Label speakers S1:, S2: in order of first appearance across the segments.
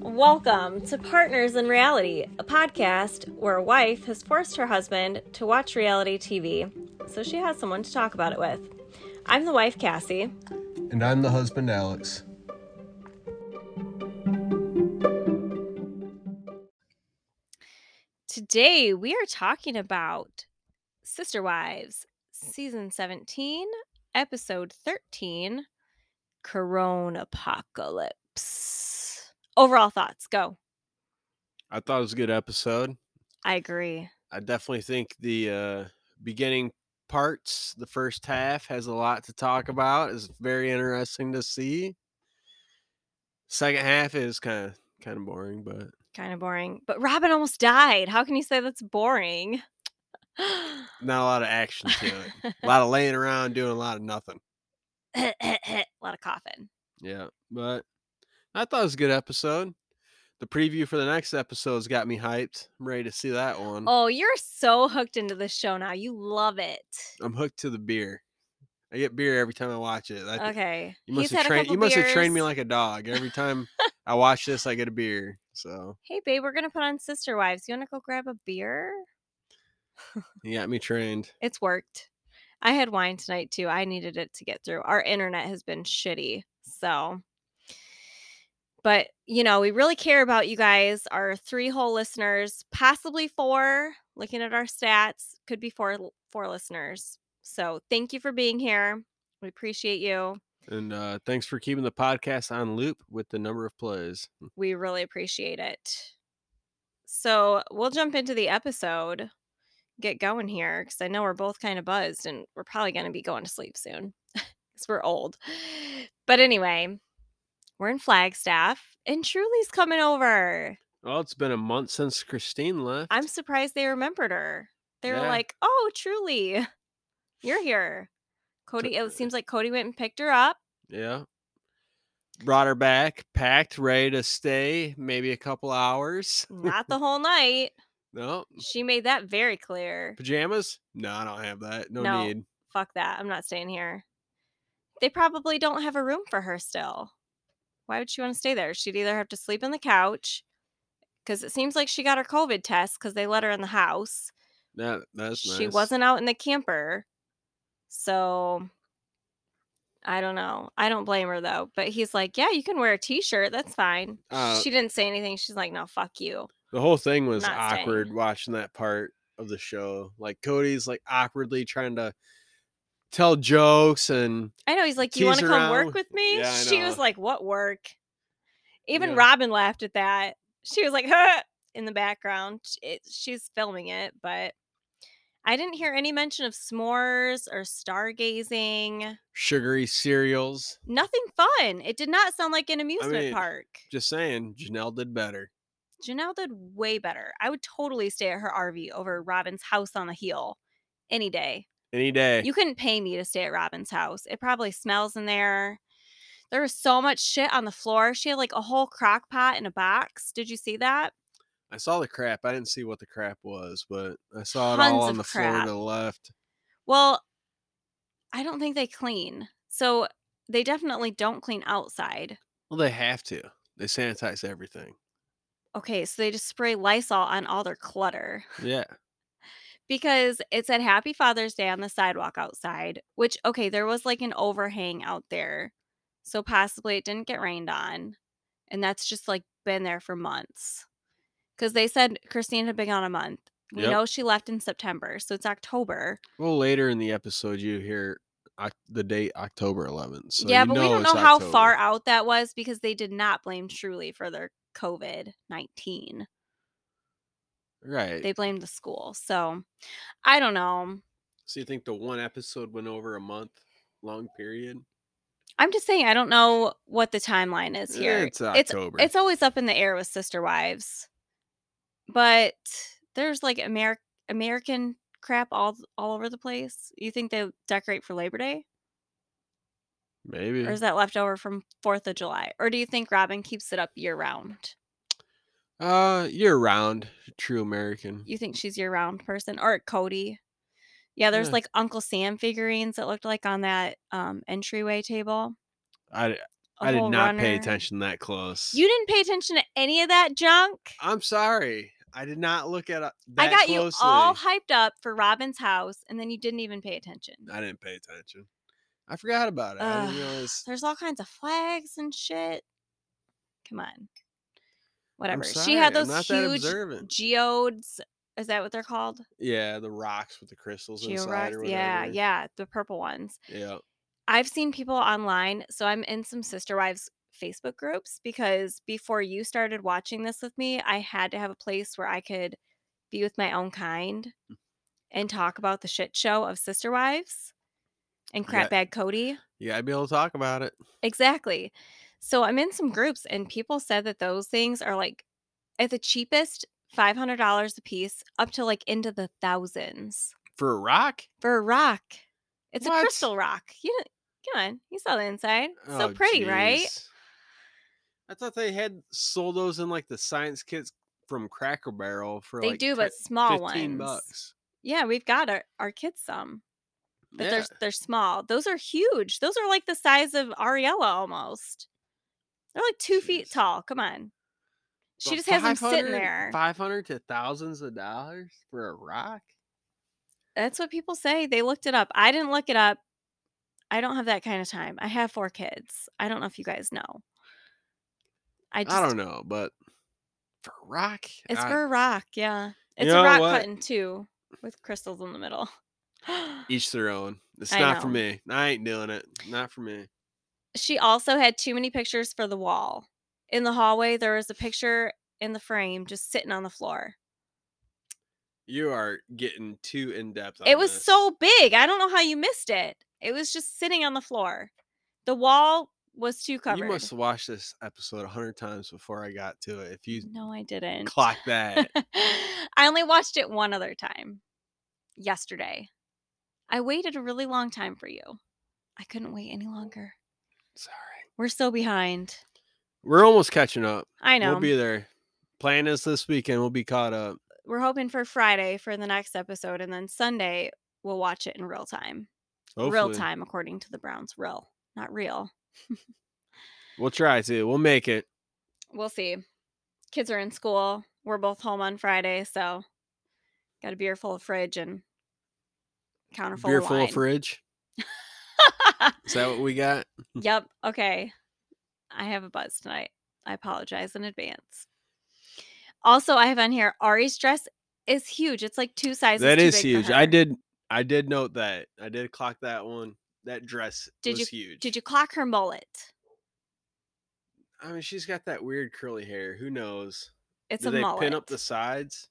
S1: Welcome to Partners in Reality, a podcast where a wife has forced her husband to watch reality TV so she has someone to talk about it with. I'm the wife, Cassie.
S2: And I'm the husband, Alex.
S1: Today we are talking about Sister Wives, Season 17, Episode 13 Corona Apocalypse. Overall thoughts, go.
S3: I thought it was a good episode.
S1: I agree.
S3: I definitely think the uh, beginning parts, the first half, has a lot to talk about. It's very interesting to see. Second half is kind of kind of boring, but
S1: Kind of boring. But Robin almost died. How can you say that's boring?
S3: not a lot of action to it. a lot of laying around, doing a lot of nothing.
S1: a lot of coughing.
S3: Yeah, but I thought it was a good episode. The preview for the next episode's got me hyped. I'm ready to see that one.
S1: Oh, you're so hooked into this show now. You love it.
S3: I'm hooked to the beer. I get beer every time I watch it. I think
S1: Okay.
S3: You must have trained. You must have trained me like a dog. Every time I watch this, I get a beer. So
S1: Hey, babe, we're gonna put on Sister Wives. You wanna go grab a beer?
S3: you got me trained.
S1: It's worked. I had wine tonight too. I needed it to get through. Our internet has been shitty. So, but you know, we really care about you guys, our three whole listeners, possibly four. Looking at our stats, could be four four listeners. So, thank you for being here. We appreciate you.
S3: And uh, thanks for keeping the podcast on loop with the number of plays.
S1: we really appreciate it. So we'll jump into the episode, get going here, because I know we're both kind of buzzed and we're probably going to be going to sleep soon because we're old. But anyway, we're in Flagstaff and Truly's coming over.
S3: Well, it's been a month since Christine left.
S1: I'm surprised they remembered her. They were
S3: Yeah.
S1: like, oh, Truly, you're here. Cody, it seems like Cody went and picked her up.
S3: yeah. Brought her back, packed, ready to stay, maybe a couple hours.
S1: Not the whole night.
S3: No
S1: She made that very clear.
S3: pajamas? No, I don't have that. No,
S1: No.
S3: need.
S1: fuck that. I'm not staying here. They probably don't have a room for her still. Why would she want to stay there? She'd either have to sleep on the couch because it seems like she got her COVID test because they let her in the house.
S3: That that's
S1: she
S3: nice.
S1: wasn't out in the camper. So I don't know. I don't blame her though. But he's like, yeah, you can wear a t shirt. That's fine.
S3: Uh,
S1: she didn't say anything. She's like, no, fuck you.
S3: The whole thing was
S1: not staying.
S3: awkward watching that part of the show. Like Cody's like awkwardly trying to tell jokes and
S1: I know. He's like, you want to
S3: tease
S1: come work
S3: around.
S1: with me?
S3: Yeah, I
S1: she was
S3: know.
S1: like, what work? Even
S3: Yeah.
S1: Robin laughed at that. She was like, huh, in the background. Sh- It, she's filming it, but I didn't hear any mention of s'mores or stargazing.
S3: sugary cereals.
S1: Nothing fun. It did not sound like an amusement
S3: mean,
S1: park.
S3: Just saying, Janelle did better.
S1: Janelle did way better. I would totally stay at her RV over Robin's house on the heel any day.
S3: Any day.
S1: You couldn't pay me to stay at Robin's house. It probably smells in there. There was so much shit on the floor. She had like a whole crock pot in a box. Did you see that?
S3: I saw the crap. I didn't see what the crap was, but I saw it
S1: Tons
S3: all
S1: of
S3: on the floor
S1: crap.
S3: to the left.
S1: Well, I don't think they clean. So they definitely don't clean outside.
S3: Well, they have to. They sanitize everything.
S1: Okay, so they just spray Lysol on all their clutter
S3: Yeah.
S1: because it said Happy Father's Day on the sidewalk outside, which, okay, there was like an overhang out there. So possibly it didn't get rained on. And that's just like been there for months. Because they said Christine had been on a month. We
S3: Yep.
S1: know she left in September. So it's October.
S3: Well, later in the episode, you hear Oc- the date October 11th. So
S1: yeah,
S3: you
S1: but we don't
S3: it's
S1: know how
S3: October.
S1: far out that was because they did not blame Truly for their COVID 19.
S3: Right.
S1: They blamed the school. So I don't know.
S3: so you think the one episode went over a month long period?
S1: I'm just saying, I don't know what the timeline is
S3: Eh,
S1: here.
S3: It's October.
S1: It's always up in the air with sister wives. But there's like Ameri- American crap all all over the place. You think they decorate for Labor Day?
S3: Maybe.
S1: Or is that left over from 4th of July? Or do you think Robin keeps it up year round?
S3: Uh, year round, true American.
S1: You think she's year round person or Cody? Yeah, there's
S3: Yeah.
S1: like Uncle Sam figurines that looked like on that um entryway table.
S3: I
S1: a
S3: I did
S1: whole
S3: not pay
S1: runner.
S3: attention that close.
S1: You didn't pay attention to any of that junk.
S3: I'm sorry. I did not look at it
S1: I
S3: that
S1: got you
S3: closely.
S1: all hyped up for Robin's house, and then you didn't even pay attention.
S3: I didn't pay attention. I forgot about it. I didn't
S1: Ugh,
S3: realize.
S1: There's all kinds of flags and shit. Come on.
S3: I'm
S1: Whatever. She had
S3: sorry,
S1: those
S3: I'm not that
S1: huge
S3: observant.
S1: geodes. Is that what they're called?
S3: Yeah, the rocks with the crystals inside
S1: Georocks?
S3: or
S1: Yeah,
S3: whatever.
S1: yeah. The purple ones.
S3: Yeah.
S1: I've seen people online, so I'm in some sister wives Facebook groups because before you started watching this with me, I had to have a place where I could be with my own kind
S3: Mm.
S1: and talk about the shit show of sister wives and
S3: Yeah.
S1: crap bag Cody.
S3: You gotta be able to talk about it.
S1: Exactly. So I'm in some groups and people said that those things are like at the cheapest $500 a piece up to like into the thousands
S3: For a rock?
S1: for a rock. It's
S3: What?
S1: a crystal rock. You know, come on, you saw the inside. It's so
S3: Oh,
S1: pretty, right?
S3: jeez. I thought they had sold those in like the science kits from Cracker Barrel for
S1: They
S3: like
S1: do,
S3: te-
S1: but small ones.
S3: 15 bucks.
S1: Yeah, we've got our, our kids some, but
S3: yeah.
S1: they're they're small. Those are huge. Those are like the size of Ariella almost. They're like two feet
S3: Jeez.
S1: tall. Come on. She just has them sitting there.
S3: Five hundred to thousands of dollars for a rock.
S1: That's what people say. They looked it up. I didn't look it up. I don't have that kind of time. I have four kids. I don't know if you guys know. I
S3: I,
S1: just
S3: don't know, but for a rock,
S1: It's
S3: I-
S1: for a rock, yeah. It's
S3: know
S1: a rock
S3: what?
S1: cut in two with crystals in the middle.
S3: each their own. It's
S1: I
S3: not for
S1: know.
S3: me. I ain't doing it. Not for me.
S1: she also had too many pictures for the wall. In the hallway, there was a picture in the frame just sitting on the floor.
S3: You are getting too in depth.
S1: it was so big. I don't know how you missed it. It was just sitting on the floor. The wall was too covered.
S3: You must have watched this episode a hundred times before I got to it. If you
S1: no, I didn't.
S3: clock that,
S1: I only watched it one other time yesterday. I waited a really long time for you. I couldn't wait any longer.
S3: sorry,
S1: We're so behind.
S3: we're almost catching up.
S1: I know.
S3: We'll be there. Plan is this weekend. We'll be caught up.
S1: We're hoping for Friday for the next episode, and then Sunday we'll watch it in real time. Real
S3: Hopefully.
S1: time, according to the Browns. Real, not real.
S3: We'll try to. We'll make it.
S1: We'll see. Kids are in school. We're both home on Friday, so got a beer full of fridge and counter full
S3: Beer
S1: of
S3: full
S1: wine.
S3: of fridge. Is that what we got?
S1: yep. Okay. I have a buzz tonight. I apologize in advance. Also, I have on here Ari's dress is huge. It's like two sizes.
S3: that
S1: too
S3: is
S1: big for
S3: huge. I
S1: her.
S3: did. I did note that. I did clock that one. That dress
S1: Did
S3: was huge.
S1: Did you clock her mullet?
S3: I mean, she's got that weird curly hair. Who knows?
S1: It's
S3: do
S1: a
S3: they
S1: mullet.
S3: pin up the sides?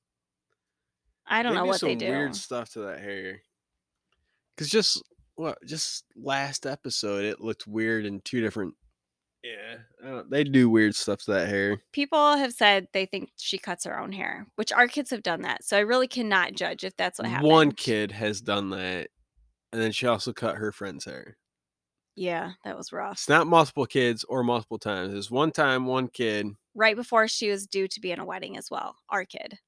S1: I don't know
S3: do
S1: what
S3: some
S1: they do.
S3: Weird stuff to that hair. Cause just what? Just last episode, it looked weird in two different. Yeah, I don't, they do weird stuff to that hair.
S1: People have said they think she cuts her own hair, which our kids have done that. So I really cannot judge if that's what happened.
S3: One kid has done that, and then she also cut her friend's hair.
S1: Yeah, that was rough.
S3: It's not multiple kids or multiple times. It's one time, one kid.
S1: Right before she was due to be in a wedding as well. Our kid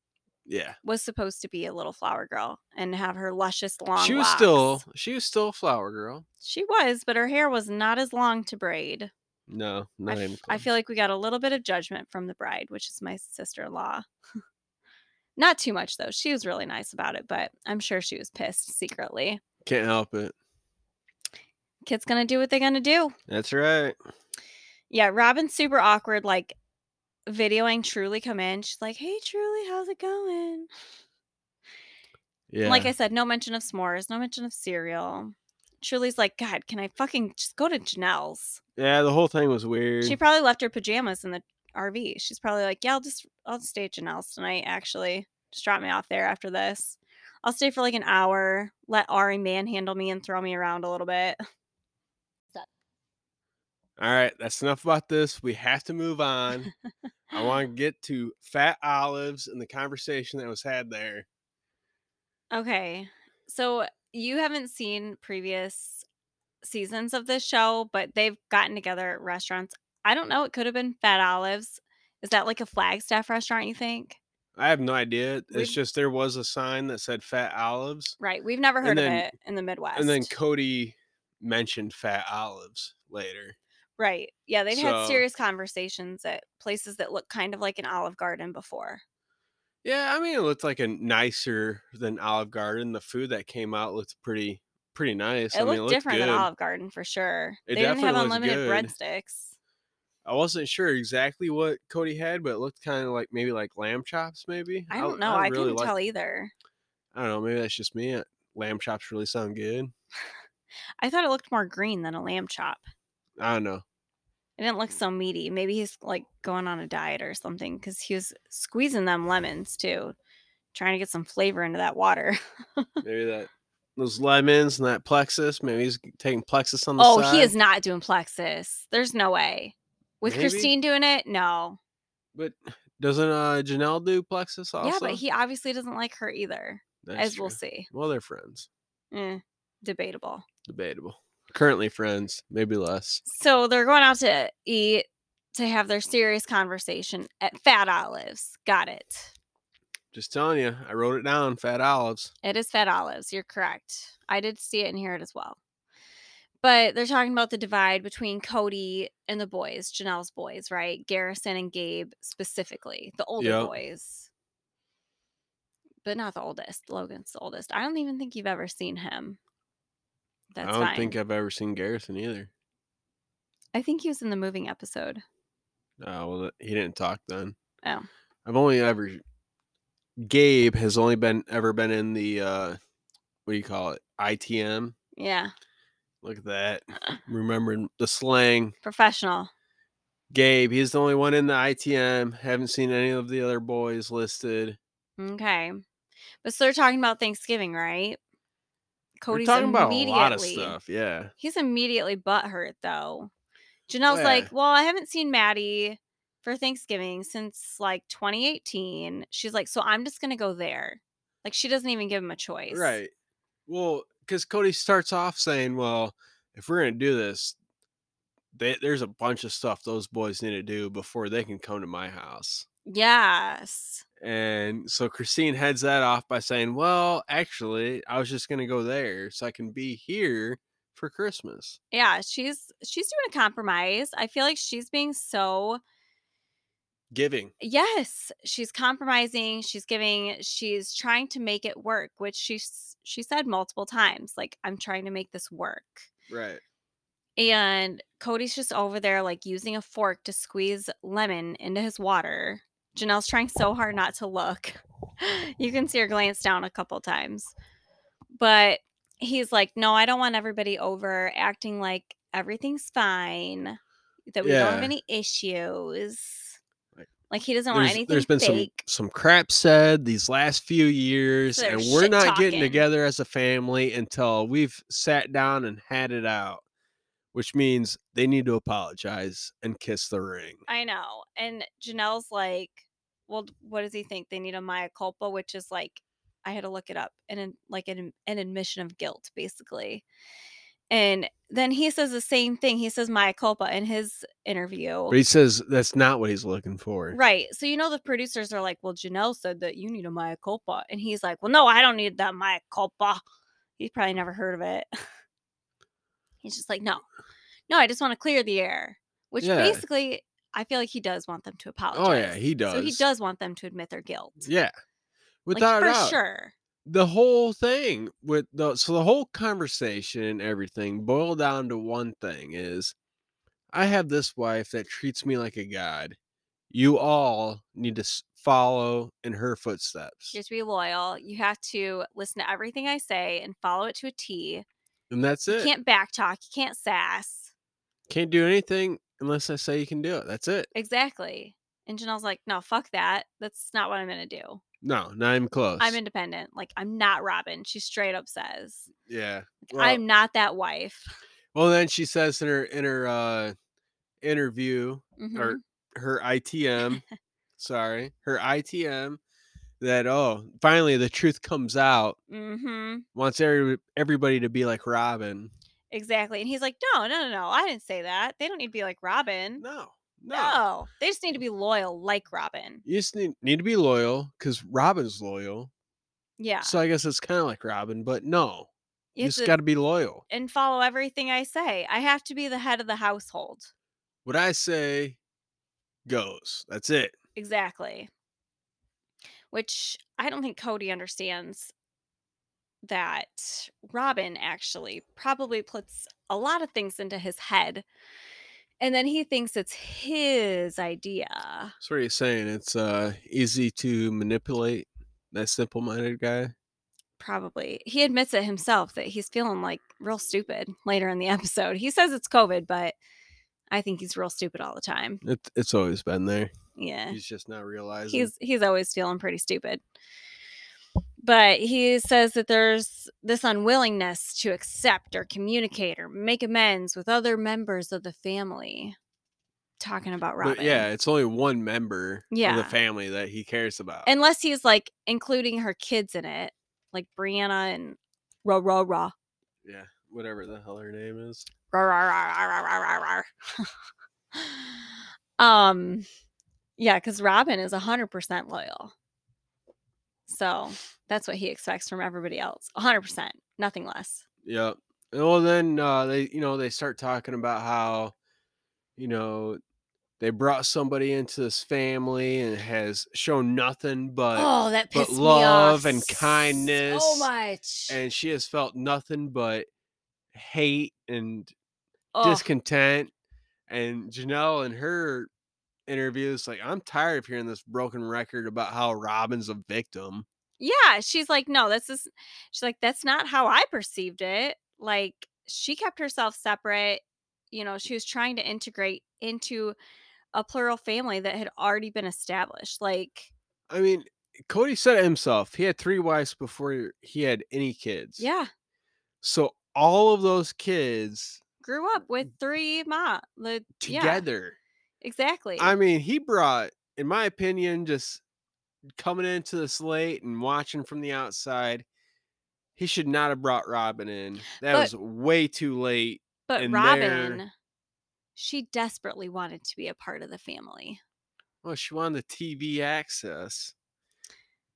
S3: Yeah,
S1: was supposed to be a little flower girl and have her luscious long.
S3: she was
S1: locks.
S3: still she was still a flower girl.
S1: She was, but her hair was not as long to braid.
S3: No,
S1: I
S3: not even.
S1: f- I
S3: close.
S1: feel like we got a little bit of judgment from the bride, which is my sister in law. Not too much, though. She was really nice about it, but I'm sure she was pissed secretly.
S3: can't help it.
S1: Kid's gonna do what they gonna do.
S3: That's right.
S1: Yeah, Robin's super awkward, like videoing Truly come in. She's like, Hey Truly, how's it going?
S3: Yeah,
S1: And Like I said, no mention of s'mores, no mention of cereal. Truly's like, God, can I fucking just go to Janelle's?
S3: yeah. The whole thing was weird.
S1: She probably left her pajamas in the RV. She's probably like, yeah, I'll just I'll stay at Janelle's tonight. Actually, just drop me off there after this. I'll stay for like an hour. Let Ari manhandle me and throw me around a little bit.
S3: All right, that's enough about this. We have to move on. I want to get to fat olives and the conversation that was had there.
S1: Okay, so you haven't seen previous seasons of this show, but they've gotten together at restaurants. I don't know. It could have been Fat Olives. Is that like a Flagstaff restaurant? You think?
S3: I have no idea. It's
S1: We've-
S3: just there was a sign that said fat olives,
S1: Right. We've never
S3: And
S1: heard
S3: then-
S1: of it in the Midwest.
S3: and then Cody mentioned fat olives later.
S1: Right. Yeah, they've had
S3: So-
S1: serious conversations at places that look kind of like an Olive Garden before.
S3: Yeah, I mean it looked like a nicer than Olive Garden. The food that came out looked pretty pretty nice. I
S1: it
S3: mean,
S1: looked different
S3: good.
S1: than Olive Garden for sure. they
S3: It
S1: didn't have
S3: definitely looks
S1: unlimited
S3: good.
S1: breadsticks.
S3: I wasn't sure exactly what Cody had, but it looked kind of like maybe like lamb chops, maybe.
S1: I don't know. I, couldn't
S3: like-
S1: tell e either.
S3: I don't know. Maybe that's just me. Uh, Lamb chops really sound good.
S1: I thought it looked more green than a lamb chop.
S3: I don't know.
S1: It didn't look so meaty. Maybe he's like going on a diet or something because he was squeezing them lemons too, trying to get some flavor into that water.
S3: Maybe that those lemons and that plexus. Maybe he's taking plexus on the
S1: Oh,
S3: side.
S1: he is not doing plexus. There's no way. With
S3: Maybe.
S1: Christine doing it, no.
S3: But doesn't uh Janelle do plexus also?
S1: Yeah, but he obviously doesn't like her either,
S3: That's
S1: as we'll
S3: true.
S1: see.
S3: Well, they're friends.
S1: Eh, debatable.
S3: Debatable. Currently friends, maybe less.
S1: So they're going out to eat to have their serious conversation at Fat Olives. Got it.
S3: Just telling you, I wrote it down. Fat olives.
S1: It is Fat Olives. You're correct. I did see it and hear it as well. But they're talking about the divide between Cody and the boys, Janelle's boys, right? Garrison and Gabe specifically, the older
S3: Yep.
S1: boys. But not the oldest. Logan's the oldest. I don't even think you've ever seen him. That's
S3: I don't
S1: fine.
S3: think I've ever seen Garrison either.
S1: I think he was in the moving episode.
S3: Oh well, th- he didn't talk then.
S1: Oh.
S3: I've only ever. Gabe has only been ever been in the uh what do you call it? ITM.
S1: Yeah.
S3: Look at that. Remembering the slang.
S1: Professional.
S3: Gabe, he's the only one in the ITM. Haven't seen any of the other boys listed.
S1: Okay. But so they're talking about Thanksgiving, right?
S3: We're
S1: Cody's
S3: talking about a
S1: immediately
S3: lot of stuff. Yeah.
S1: he's immediately butthurt though. Janelle's
S3: Yeah.
S1: like, Well, I haven't seen Maddie for Thanksgiving since like 2018. She's like, So I'm just gonna go there. Like she doesn't even give him a choice.
S3: Right. Well, because Cody starts off saying, well, if we're going to do this, they, there's a bunch of stuff those boys need to do before they can come to my house.
S1: Yes.
S3: And so Christine heads that off by saying, well, actually, I was just going to go there so I can be here for Christmas.
S1: Yeah, she's she's doing a compromise. I feel like she's being so
S3: Giving.
S1: yes she's compromising she's giving she's trying to make it work which she's she said multiple times like i'm trying to make this work
S3: Right.
S1: and cody's just over there like using a fork to squeeze lemon into his water janelle's trying so hard not to look you can see her glance down a couple times but he's like no i don't want everybody over acting like everything's fine that we don't have
S3: Yeah.
S1: any issues
S3: Like,
S1: like he doesn't want
S3: There's,
S1: anything
S3: there's been
S1: fake.
S3: some some crap said these last few years,
S1: There's
S3: and we're
S1: shit
S3: not
S1: talking.
S3: getting together as a family until we've sat down and had it out, which means they need to apologize and kiss the ring.
S1: I know. And Janelle's like, well, d- what does he think? They need a maya culpa, which is like, I had to look it up, and an, like an, an admission of guilt, basically. And then he says the same thing. He says maya culpa in his interview.
S3: But he says that's not what he's looking for.
S1: Right. So you know the producers are like, "Well, Janelle said that you need a maya culpa," and he's like, "Well, no, I don't need that maya culpa." He's probably never heard of it. he's just like, "No, no, I just want to clear the air," which
S3: Yeah.
S1: basically I feel like he does want them to apologize.
S3: Oh yeah, he does.
S1: So he does want them to admit their guilt.
S3: Yeah,
S1: Like,
S3: without
S1: for
S3: a doubt.
S1: sure.
S3: The whole thing with the so the whole conversation and everything boiled down to one thing is, I have this wife that treats me like a god. You all need to s- follow in her footsteps,
S1: You have to be loyal. You have to listen to everything I say and follow it to a T.
S3: and that's
S1: You
S3: it. Can't,
S1: can't backtalk. You can't sass.
S3: do anything unless I say you can do it. That's it.
S1: Exactly. And Janelle's like, "No, fuck that. That's not what I'm gonna do."
S3: No, not even close.
S1: I'm independent. Like I'm not Robin. She straight up says,
S3: yeah.
S1: I'm not that wife.
S3: Well, then she says in her in her uh, interview
S1: Mhm.
S3: or her ITM, sorry, her ITM, that oh, finally the truth comes out.
S1: Mhm.
S3: Wants every, everybody to be like Robin.
S1: Exactly. And he's like, no, no, no, no. I didn't say that. They don't need to be like Robin.
S3: No,
S1: Mm. No. They just need to be loyal like Robin.
S3: You just need, need to be loyal because Robin's loyal.
S1: Yeah.
S3: So I guess it's kind of like Robin, but no,
S1: You
S3: you
S1: have
S3: just
S1: to-
S3: got to be loyal.
S1: and follow everything I say. I have to be the head of the household.
S3: what I say goes. That's it.
S1: Exactly. Which I don't think Cody understands that Robin actually probably puts a lot of things into his head. And then he thinks it's his idea.
S3: So what are you saying? It's uh easy to manipulate that simple minded guy?
S1: Probably. He admits it himself that he's feeling like real stupid later in the episode. He says it's COVID, but I think he's real stupid all the time.
S3: It, it's always been there.
S1: Yeah.
S3: He's just not realizing
S1: Eh. he's he's always feeling pretty stupid but he says that there's this unwillingness to accept or communicate or make amends with other members of the family talking about robin
S3: But yeah, it's only one member of
S1: Yeah.
S3: the family that he cares about.
S1: unless he's like including her kids in it like brianna and rah rah rah
S3: yeah, whatever the hell her name is.
S1: Rar, rar, rar, rar, rar, rar, rar, rar. um yeah because robin is 100% loyal so that's what he expects from everybody else 100% nothing less
S3: Yeah. Well, then uh, they, you know, they start talking about how, you know, they brought somebody into this family and has shown nothing but,
S1: oh, that
S3: but
S1: pissed me
S3: love
S1: off
S3: and kindness
S1: so much.
S3: and she has felt nothing but hate and
S1: oh,
S3: discontent. And Janelle in her interview is like, I'm tired of hearing this broken record about how Robin's a victim.
S1: yeah, she's like, no, this is. She's like, that's not how I perceived it. Like she kept herself separate. You know, she was trying to integrate into a plural family that had already been established. Like,
S3: I mean, Cody said it himself. He had three wives before he had any kids.
S1: yeah,
S3: So all of those kids
S1: grew up with three ma. The, yeah,
S3: Mm. together.
S1: exactly.
S3: I mean, he brought, in my opinion, just coming into this late and watching from the outside. He should not have brought Robin in. That
S1: But-
S3: was way too late.
S1: but
S3: and
S1: Robin,
S3: they're-
S1: she desperately wanted to be a part of the family.
S3: Well, she wanted the TV access.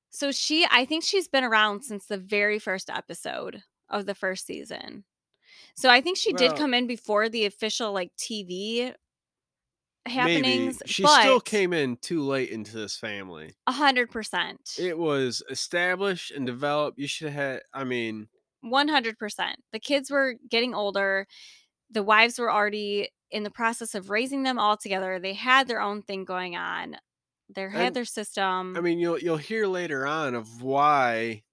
S1: So she, I think she's been around since the very first episode of the first season. So I think she did
S3: Well-
S1: come in before the official like TV happenings.
S3: Maybe. She
S1: but
S3: still came in too late into this family.
S1: a hundred percent,
S3: It was established and developed. You should have. I mean,
S1: one hundred percent. The kids were getting older. The wives were already in the process of raising them all together. They had their own thing going on. They had
S3: And-
S1: their system.
S3: I mean, you'll you'll hear later on of why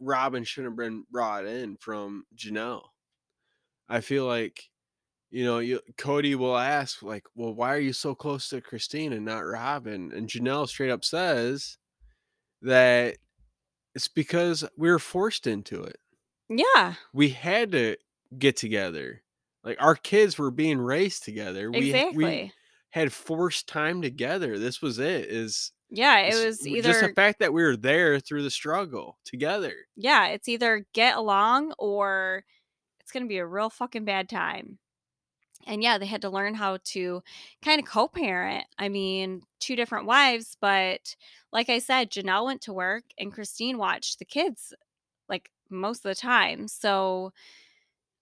S3: Robin shouldn't have been brought in from Janelle. I feel like, you know, you, Cody will ask like, "Well, why are you so close to Christine and not Robin?" And Janelle straight up says that it's because we were forced into it.
S1: yeah,
S3: We had to get together. Like our kids were being raised together.
S1: exactly.
S3: We, we had forced time together. This was it. Is
S1: yeah, it
S3: it's
S1: was
S3: w-
S1: either
S3: just the fact that we were there through the struggle together.
S1: yeah, it's either get along or it's going to be a real fucking bad time. And yeah, they had to learn how to kind of co parent. I mean, two different wives, but like I said, Janelle went to work and Christine watched the kids like most of the time. So,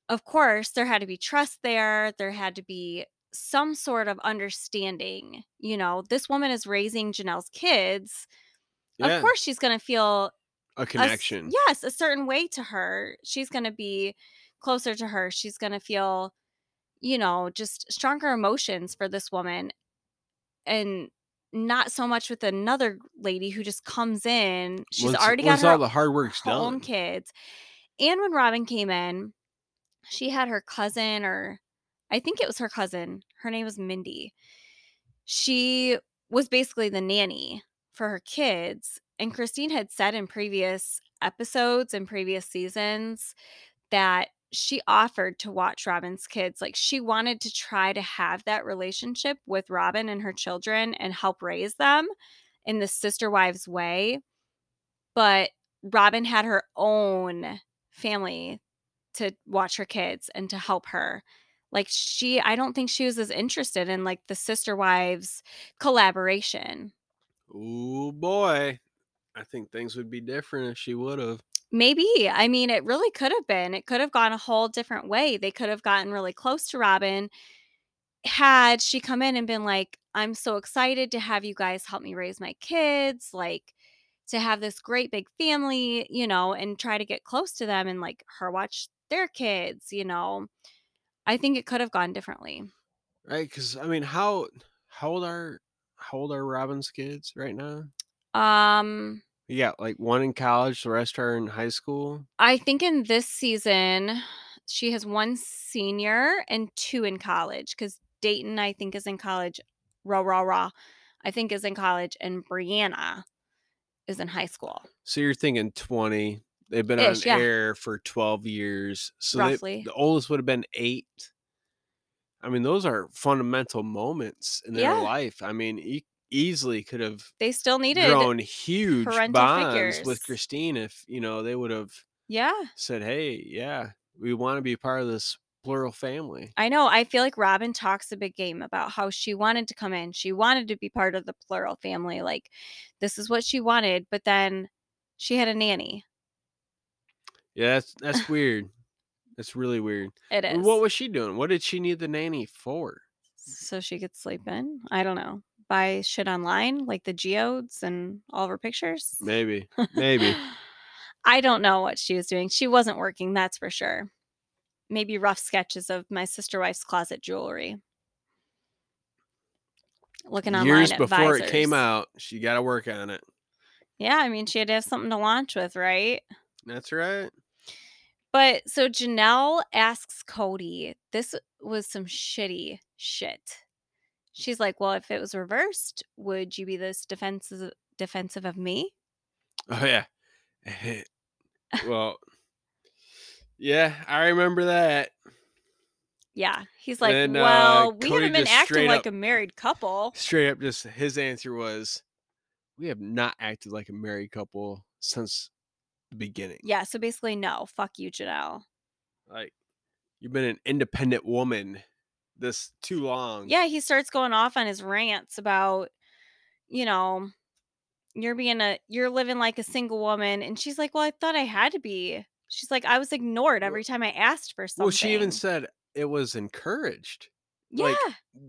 S1: of course, there had to be trust there. There had to be some sort of understanding. You know, this woman is raising Janelle's kids.
S3: Yeah,
S1: Of course, she's going to feel
S3: a
S1: a s-
S3: connection.
S1: yes, a certain way to her. She's going to be closer to her. She's going to feel, you know, just stronger emotions for this woman and not so much with another lady who just comes in. She's
S3: Once-
S1: already got
S3: once
S1: her,
S3: all the hard work's
S1: her own
S3: done.
S1: kids. And when Robin came in, she had her cousin or I think it was her cousin. Her name was Mindy. She was basically the nanny for her kids. And Christine had said in previous episodes and previous seasons that she offered to watch Robin's kids. Like she wanted to try to have that relationship with Robin and her children and help raise them in the sister wives way. But Robin had her own family to watch her kids and to help her. Like she, I don't think she was as interested in like the sister wives collaboration.
S3: Oh boy, I think things would be different if she would have.
S1: Maybe. I mean, it really could have been. It could have gone a whole different way. They could have gotten really close to Robin had she come in and been like, I'm so excited to have you guys help me raise my kids, like to have this great big family, you know, and try to get close to them and like her watch their kids, you know, I think it could have gone differently.
S3: right? Because I mean, how how old are how old are Robin's kids right now?
S1: Um,
S3: You got like one in college, the rest are in high school.
S1: I think in this season, she has one senior and two in college because Dayton, I think, is in college. Rah, rah, rah, I think is in college, and Brianna is in high school.
S3: So you're thinking twenty. They've been
S1: Ish, yeah.
S3: on air for twelve years. So they-
S1: Roughly.
S3: the oldest would have been eight. I mean, those are fundamental moments in their
S1: Yeah.
S3: life. I mean, e- easily could have
S1: They still needed.
S3: grown huge
S1: parental
S3: bonds
S1: figures.
S3: with Christine if you know they would have
S1: Yeah,
S3: said, "Hey, yeah, we want to be part of this plural family."
S1: I know. I feel like Robin talks a big game about how she wanted to come in. She wanted to be part of the plural family. Like, this is what she wanted, but then she had a nanny.
S3: Yeah, that's that's weird. That's really weird.
S1: It is.
S3: And What was she doing? What did she need the nanny for?
S1: so she could sleep in. I don't know. Buy shit online, like the geodes and all of her pictures.
S3: Maybe, maybe.
S1: I don't know what she was doing. She wasn't working, that's for sure. Maybe rough sketches of my sister wife's closet jewelry. Looking online
S3: Years
S1: at
S3: before it
S1: visors.
S3: came out, she got to work on it.
S1: Yeah, I mean, she had to have something to launch with, right?
S3: That's right.
S1: But so Janelle asks Cody, this was some shitty shit. She's like, Well, if it was reversed, would you be this defensive defensive of me?
S3: Oh yeah. well, yeah, I remember that.
S1: Yeah. He's like,
S3: then, uh,
S1: Well, we
S3: Cody
S1: haven't been
S3: just
S1: acting
S3: straight
S1: like
S3: up-
S1: a married couple.
S3: straight up just his answer was we have not acted like a married couple since the beginning
S1: Yeah, so basically no, fuck you, Janelle.
S3: like you've been an independent woman this too long
S1: Yeah, he starts going off on his rants about, you know, you're being a you're living like a single woman. And she's like, Well, I thought I had to be. She's like, I was ignored
S3: Well-
S1: every time I asked for something.
S3: well she even said it was encouraged
S1: Yeah,
S3: like,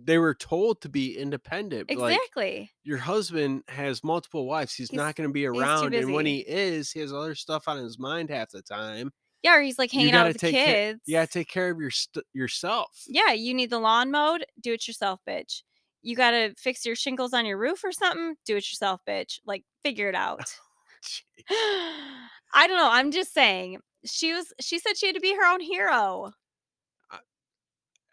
S3: they were told to be independent but, like
S1: exactly.
S3: your husband has multiple wives he's,
S1: He's-
S3: not going to be
S1: too
S3: around and when
S1: busy.
S3: he is he has other stuff on his mind half the time
S1: yeah, or he's like
S3: you
S1: hanging out
S3: gotta
S1: with the
S3: take care-
S1: kids.
S3: you got to take care of your st- yourself
S1: yeah, you need the lawn mowed, do it yourself, bitch. You gotta fix your shingles on your roof or something, do it yourself, bitch. Like, figure it out. I don't know. I'm just saying. She was she said she had to be her own hero.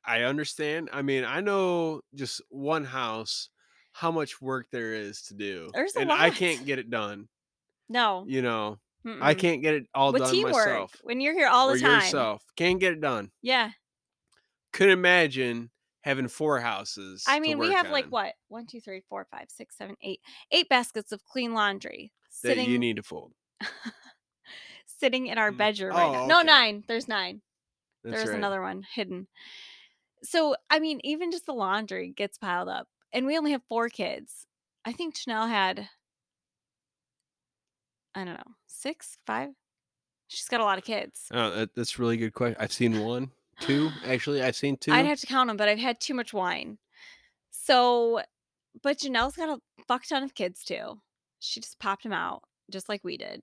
S3: I understand. I mean, I know just one house how much work there is to do.
S1: There's a
S3: and I
S1: lot.
S3: can't get it done.
S1: No.
S3: You know, I
S1: mm-mm.
S3: can't get it all
S1: Mm. with
S3: done
S1: teamwork.
S3: myself
S1: When you're here all the
S3: or
S1: time.
S3: yourself. Can't get it done.
S1: Yeah.
S3: Couldn't imagine having four houses.
S1: I
S3: to
S1: mean, we
S3: work
S1: have like
S3: on
S1: what? One, two, three, four, five, six, seven, eight. Eight baskets of clean laundry
S3: that
S1: sitting
S3: you need to fold.
S1: sitting in our
S3: Mm.
S1: bedroom right now.
S3: Oh,
S1: No,
S3: okay.
S1: nine. There's nine.
S3: That's
S1: there's
S3: right.
S1: another one hidden. So, I mean, even just the laundry gets piled up. And we only have four kids. I think Chanel had, I don't know, six, five. She's got a lot of kids.
S3: Oh, that, that's a really good question. I've seen one, two. Actually, I've seen 2
S1: I'd have to count them, but I've had too much wine. So, but Janelle's got a fuck ton of kids too. She just popped them out, just like we did.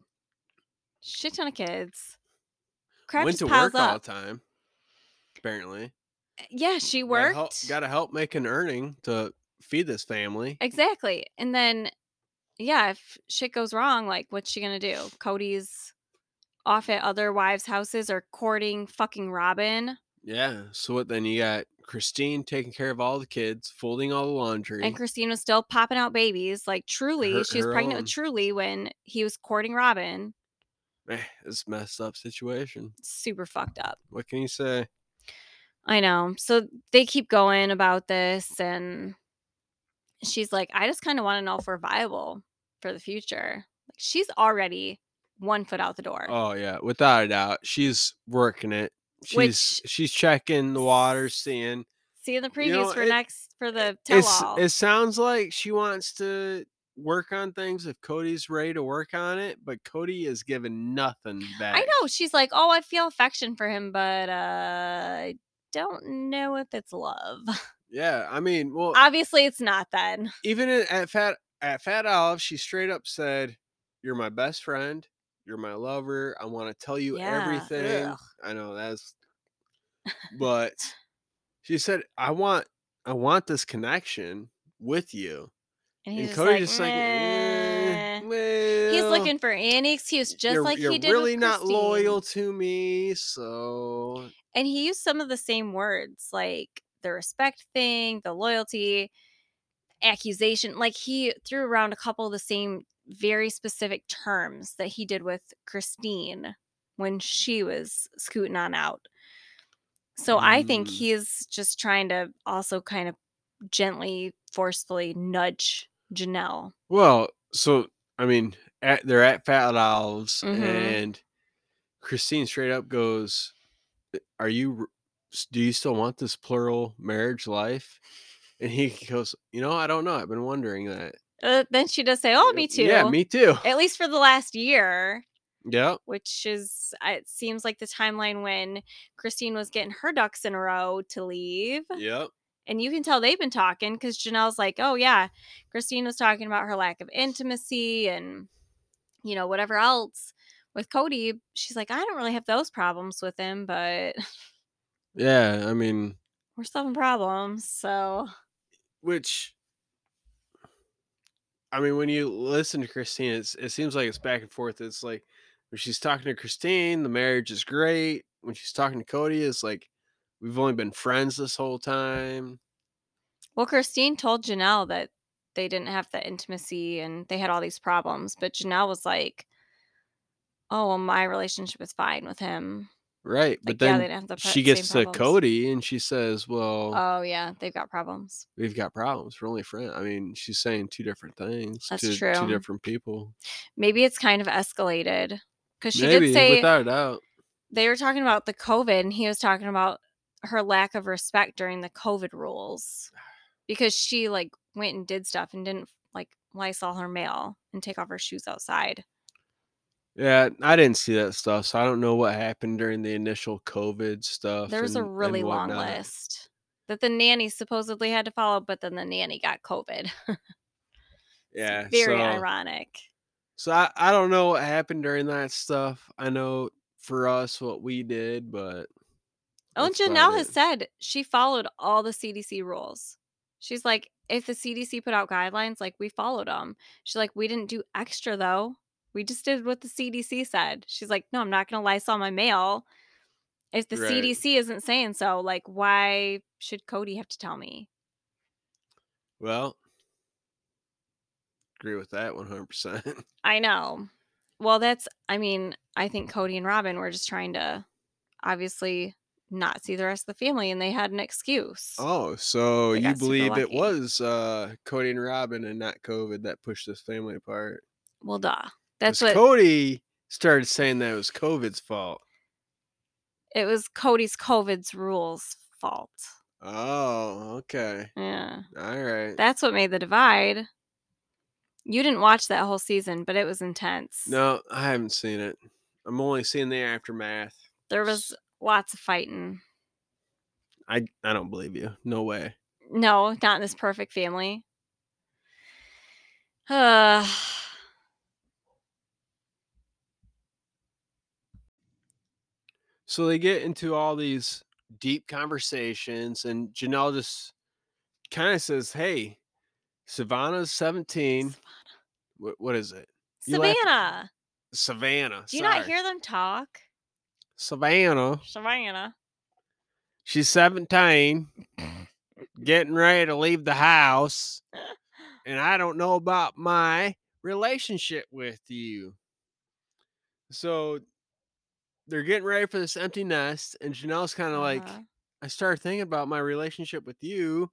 S1: Shit ton of kids. Crap
S3: Went
S1: just
S3: to
S1: piles
S3: work all
S1: up. Eh,
S3: the time. Apparently,
S1: Yeah, she
S3: Gotta
S1: worked.
S3: help- gotta help make an earning to feed this family.
S1: Exactly. And then, yeah, if shit goes wrong, like, what's she going to do? Cody's off at other wives' houses or courting fucking Robin.
S3: Yeah. So what then you got Christine taking care of all the kids, folding all the laundry.
S1: And Christine was still popping out babies. Like, truly,
S3: Her-
S1: she was
S3: her
S1: pregnant
S3: own.
S1: with Truly when he was courting Robin.
S3: Eh, it's a messed up situation.
S1: Super fucked up.
S3: What can you say?
S1: I know. So they keep going about this. And she's like, I just kind of want to know if we're viable for the future. Like, she's already one foot out the door.
S3: Oh yeah, without a doubt. She's working it. She's
S1: Which-
S3: she's checking the water, seeing
S1: See in the previews
S3: You know,
S1: for
S3: it-
S1: next for the tell
S3: it's,
S1: all.
S3: it sounds like she wants to work on things if Cody's ready to work on it, but Cody is giving nothing back.
S1: I know. She's like, oh, I feel affection for him, but uh, I don't know if it's love.
S3: Yeah, I mean, well,
S1: Obviously, it's not then.
S3: even in, at Fat at Fat Olive, she straight up said, "You're my best friend. You're my lover. I want to tell you
S1: Yeah,
S3: everything."
S1: ugh.
S3: I know that's, but she said, "I want, I want this connection with you."
S1: And he's
S3: and
S1: just
S3: Cody's
S1: like,
S3: just like,
S1: "Eh."
S3: "Eh, well,
S1: he's looking for any excuse, just
S3: you're,
S1: like
S3: you're
S1: he did. with
S3: really not
S1: Christine."
S3: loyal to me, so
S1: and he used some of the same words like the respect thing the loyalty accusation like he threw around a couple of the same very specific terms that he did with christine when she was scooting on out so i think
S3: Mm.
S1: he's just trying to also kind of gently forcefully nudge janelle
S3: Well, so I mean, at they're at Fat Olives,
S1: Mhm.
S3: and Christine straight up goes, "Are you? r- s- Do you still want this plural marriage life?" And he goes, "You know, I don't know. I've been wondering that."
S1: uh, then she does say oh
S3: Y-
S1: me too
S3: Yeah, me too.
S1: at least for the last year
S3: Yeah,
S1: which is uh, it seems like the timeline when Christine was getting her ducks in a row to leave.
S3: yep.
S1: And you can tell they've been talking because Janelle's like, oh yeah, Christine was talking about her lack of intimacy and you know whatever else with Cody. She's like, I don't really have those problems with him, but
S3: Yeah, I mean,
S1: we're still having problems. So
S3: which I mean, when you listen to Christine, it's, it seems like it's back and forth. It's like when she's talking to Christine, the marriage is great. When she's talking to Cody, it's like we've only been friends this whole time.
S1: well, Christine told Janelle that they didn't have the intimacy and they had all these problems, but Janelle was like, oh well, my relationship is fine with him. Like,
S3: Right. but then
S1: yeah, they don't have the pro-
S3: she gets
S1: same
S3: to
S1: problems.
S3: Cody and she says, Well,
S1: Oh yeah, they've got problems.
S3: we've got problems. We're only friends. I mean, she's saying two different things
S1: That's
S3: to
S1: true.
S3: two different people.
S1: Maybe it's kind of escalated because she
S3: Maybe
S1: did say
S3: without a doubt.
S1: they were talking about the COVID, and he was talking about her lack of respect during the COVID rules because she like went and did stuff and didn't like Lysol her mail and take off her shoes outside.
S3: Yeah, I didn't see that stuff, so I don't know what happened during the initial COVID stuff.
S1: There was a
S3: and- and
S1: really long
S3: whatnot.
S1: list that the nanny supposedly had to follow, but then the nanny got COVID. It's
S3: Yeah,
S1: very
S3: so,
S1: ironic.
S3: So I, I don't know what happened during that stuff. I know for us what we did, but
S1: Oh, and
S3: that's about
S1: Janelle has
S3: it.
S1: said she followed all the CDC rules. She's like, if the CDC put out guidelines, like we followed them. She's like, we didn't do extra though. We just did what the CDC said. She's like, no, I'm not going to Lysol my mail. If the
S3: Right.
S1: CDC isn't saying so, like, why should Cody have to tell me?
S3: well, agree with that one hundred percent.
S1: I know. Well, that's, I mean, I think Cody and Robin were just trying to obviously not see the rest of the family and they had an excuse.
S3: Oh, so
S1: They
S3: you
S1: got super
S3: believe it
S1: lucky.
S3: was uh, Cody and Robin and not COVID that pushed this family apart?
S1: Well, duh. That's
S3: 'Cause
S1: what
S3: Cody started saying that it was COVID's fault.
S1: it was Cody's COVID's rules fault.
S3: Oh, okay,
S1: Yeah.
S3: all right.
S1: That's what made the divide. You didn't watch that whole season, but it was intense.
S3: No, I haven't seen it. I'm only seeing the aftermath.
S1: There was lots of fighting.
S3: I I don't believe you. No way.
S1: No, not in this perfect family. Uh,
S3: So they get into all these deep conversations, and Janelle just kind of says, "Hey, Savannah's 17. What, what is it? You laugh-
S1: Savannah.
S3: Savannah.
S1: Do you
S3: sorry.
S1: not hear them talk?
S3: Savannah?
S1: Savannah.
S3: She's 17, getting ready to leave the house, and I don't know about my relationship with you. So they're getting ready for this empty nest, and Janelle's kind of like,
S1: Uh-huh.
S3: I started thinking about my relationship with you.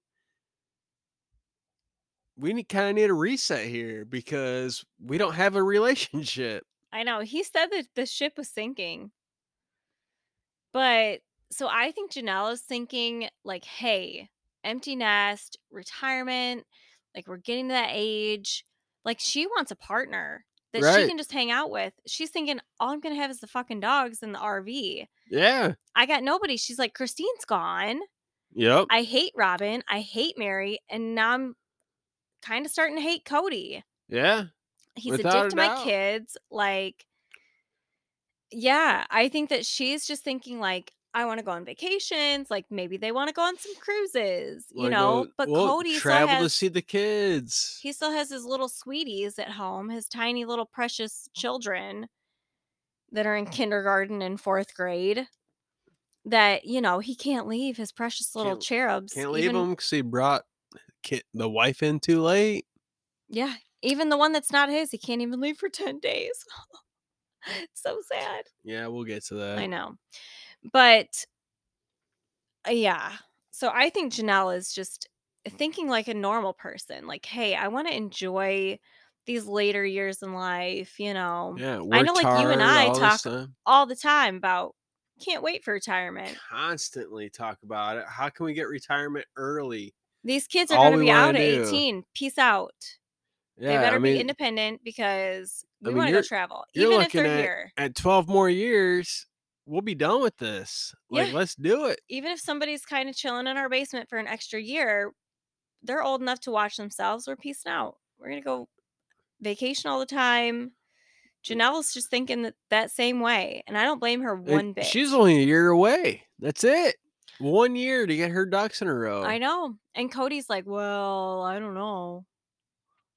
S3: We need, kind of need a reset here because we don't have a relationship.
S1: I know. He said that the ship was sinking. But so I think Janelle is thinking, like, hey, empty nest, retirement, like we're getting to that age. Like she wants a partner that she
S3: Right.
S1: can just hang out with. She's thinking, all I'm going to have is the fucking dogs and the RV.
S3: Yeah.
S1: I got nobody. She's like, Christine's gone.
S3: Yep.
S1: I hate Robin. I hate Mary. And now I'm kind of starting to hate Cody.
S3: yeah.
S1: He's a dick
S3: Without a
S1: to my
S3: doubt.
S1: kids. Like, yeah, I think that she's just thinking, like, I want to go on vacations. Like, maybe they want to go on some cruises, you
S3: Wanna
S1: know?
S3: go-
S1: but
S3: uh, we'll
S1: Cody still
S3: travel to
S1: has,
S3: see the kids.
S1: he still has his little sweeties at home, his tiny little
S3: Oh.
S1: precious children that are in kindergarten and fourth grade. That you know he can't leave his precious little
S3: Can't-
S1: cherubs.
S3: Can't leave
S1: even-
S3: him because he brought ki- the wife in too late.
S1: Yeah, even the one that's not his, he can't even leave for ten days. it's so sad.
S3: Yeah, we'll get to that.
S1: I know. But uh, yeah. So I think Janelle is just thinking like a normal person. Like, hey, I want to enjoy these later years in life, you know,
S3: Yeah,
S1: I
S3: worked
S1: know, like, you and
S3: hard
S1: I
S3: all this
S1: talk
S3: time.
S1: all the time about can't wait for retirement.
S3: constantly talk about it. How can we get retirement early?
S1: These kids are
S3: All
S1: going to
S3: we
S1: be out
S3: wanna
S1: at
S3: do.
S1: 18. Peace out.
S3: Yeah,
S1: they better
S3: I mean,
S1: be independent because
S3: I
S1: we
S3: mean,
S1: want to go
S3: you're-
S1: travel,
S3: you're
S1: even if
S3: looking
S1: they're
S3: at-
S1: here.
S3: at 12 more years, we'll be done with this. Like,
S1: Yeah.
S3: let's do it.
S1: even if somebody's kind of chilling in our basement for an extra year, they're old enough to watch themselves. We're peacing out. We're gonna go vacation all the time. Janelle's just thinking that that same way, and I don't blame her
S3: And
S1: one bit.
S3: She's only a year away. That's it. One year to get her ducks in a row.
S1: I know. And Cody's like, well, I don't know.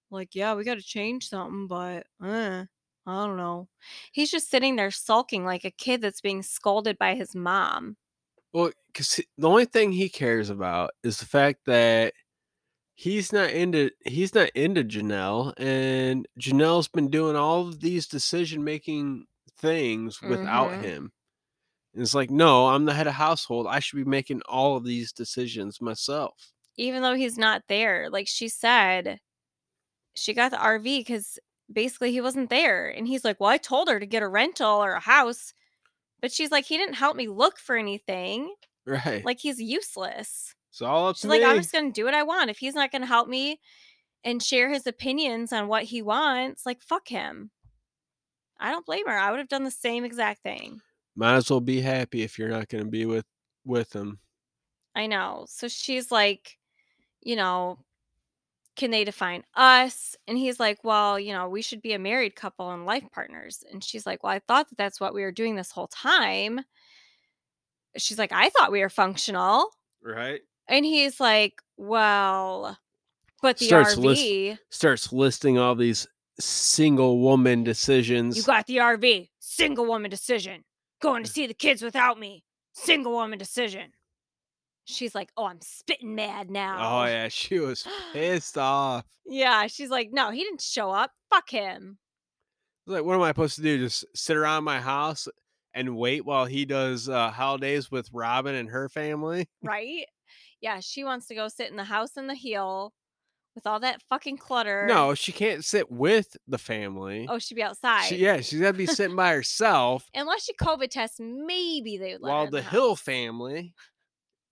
S1: Like, yeah, we got to change something, but uh, I don't know. He's just sitting there sulking like a kid that's being scolded by his mom.
S3: Well, because the only thing he cares about is the fact that he's not into he's not into Janelle, and Janelle's been doing all of these decision making things without
S1: Mhm.
S3: him. And it's like, no, I'm the head of household. I should be making all of these decisions myself.
S1: even though he's not there. Like she said, she got the RV because basically he wasn't there. And he's like, Well, I told her to get a rental or a house. But she's like, He didn't help me look for anything.
S3: Right.
S1: Like he's useless.
S3: it's all up
S1: She's
S3: to
S1: like,
S3: me.
S1: I'm just going to do what I want. If he's not going to help me and share his opinions on what he wants, like, fuck him. I don't blame her. I would have done the same exact thing.
S3: Might as well be happy if you're not going to be with with him.
S1: I know. So she's like, you know, can they define us? And he's like, well, you know, we should be a married couple and life partners. And she's like, well, I thought that that's what we were doing this whole time. She's like, I thought we were functional.
S3: Right.
S1: And he's like, well, but the
S3: Starts
S1: RV,
S3: list- Starts listing all these single woman decisions.
S1: you got the RV, single woman decision, going to see the kids without me, single woman decision. She's like, oh, I'm spitting mad now.
S3: oh yeah, she was pissed off.
S1: Yeah, she's like, no, he didn't show up. Fuck him.
S3: It's Like, what am I supposed to do? Just sit around my house and wait while he does uh, holidays with Robin and her family?
S1: Right? Yeah, she wants to go sit in the house in the heel with all that fucking clutter.
S3: No, she can't sit with the family.
S1: Oh, she'd be outside.
S3: She, yeah, she's got to be sitting by herself
S1: Unless she COVID tests, maybe they would let her
S3: while
S1: in
S3: the, Hill
S1: house.
S3: family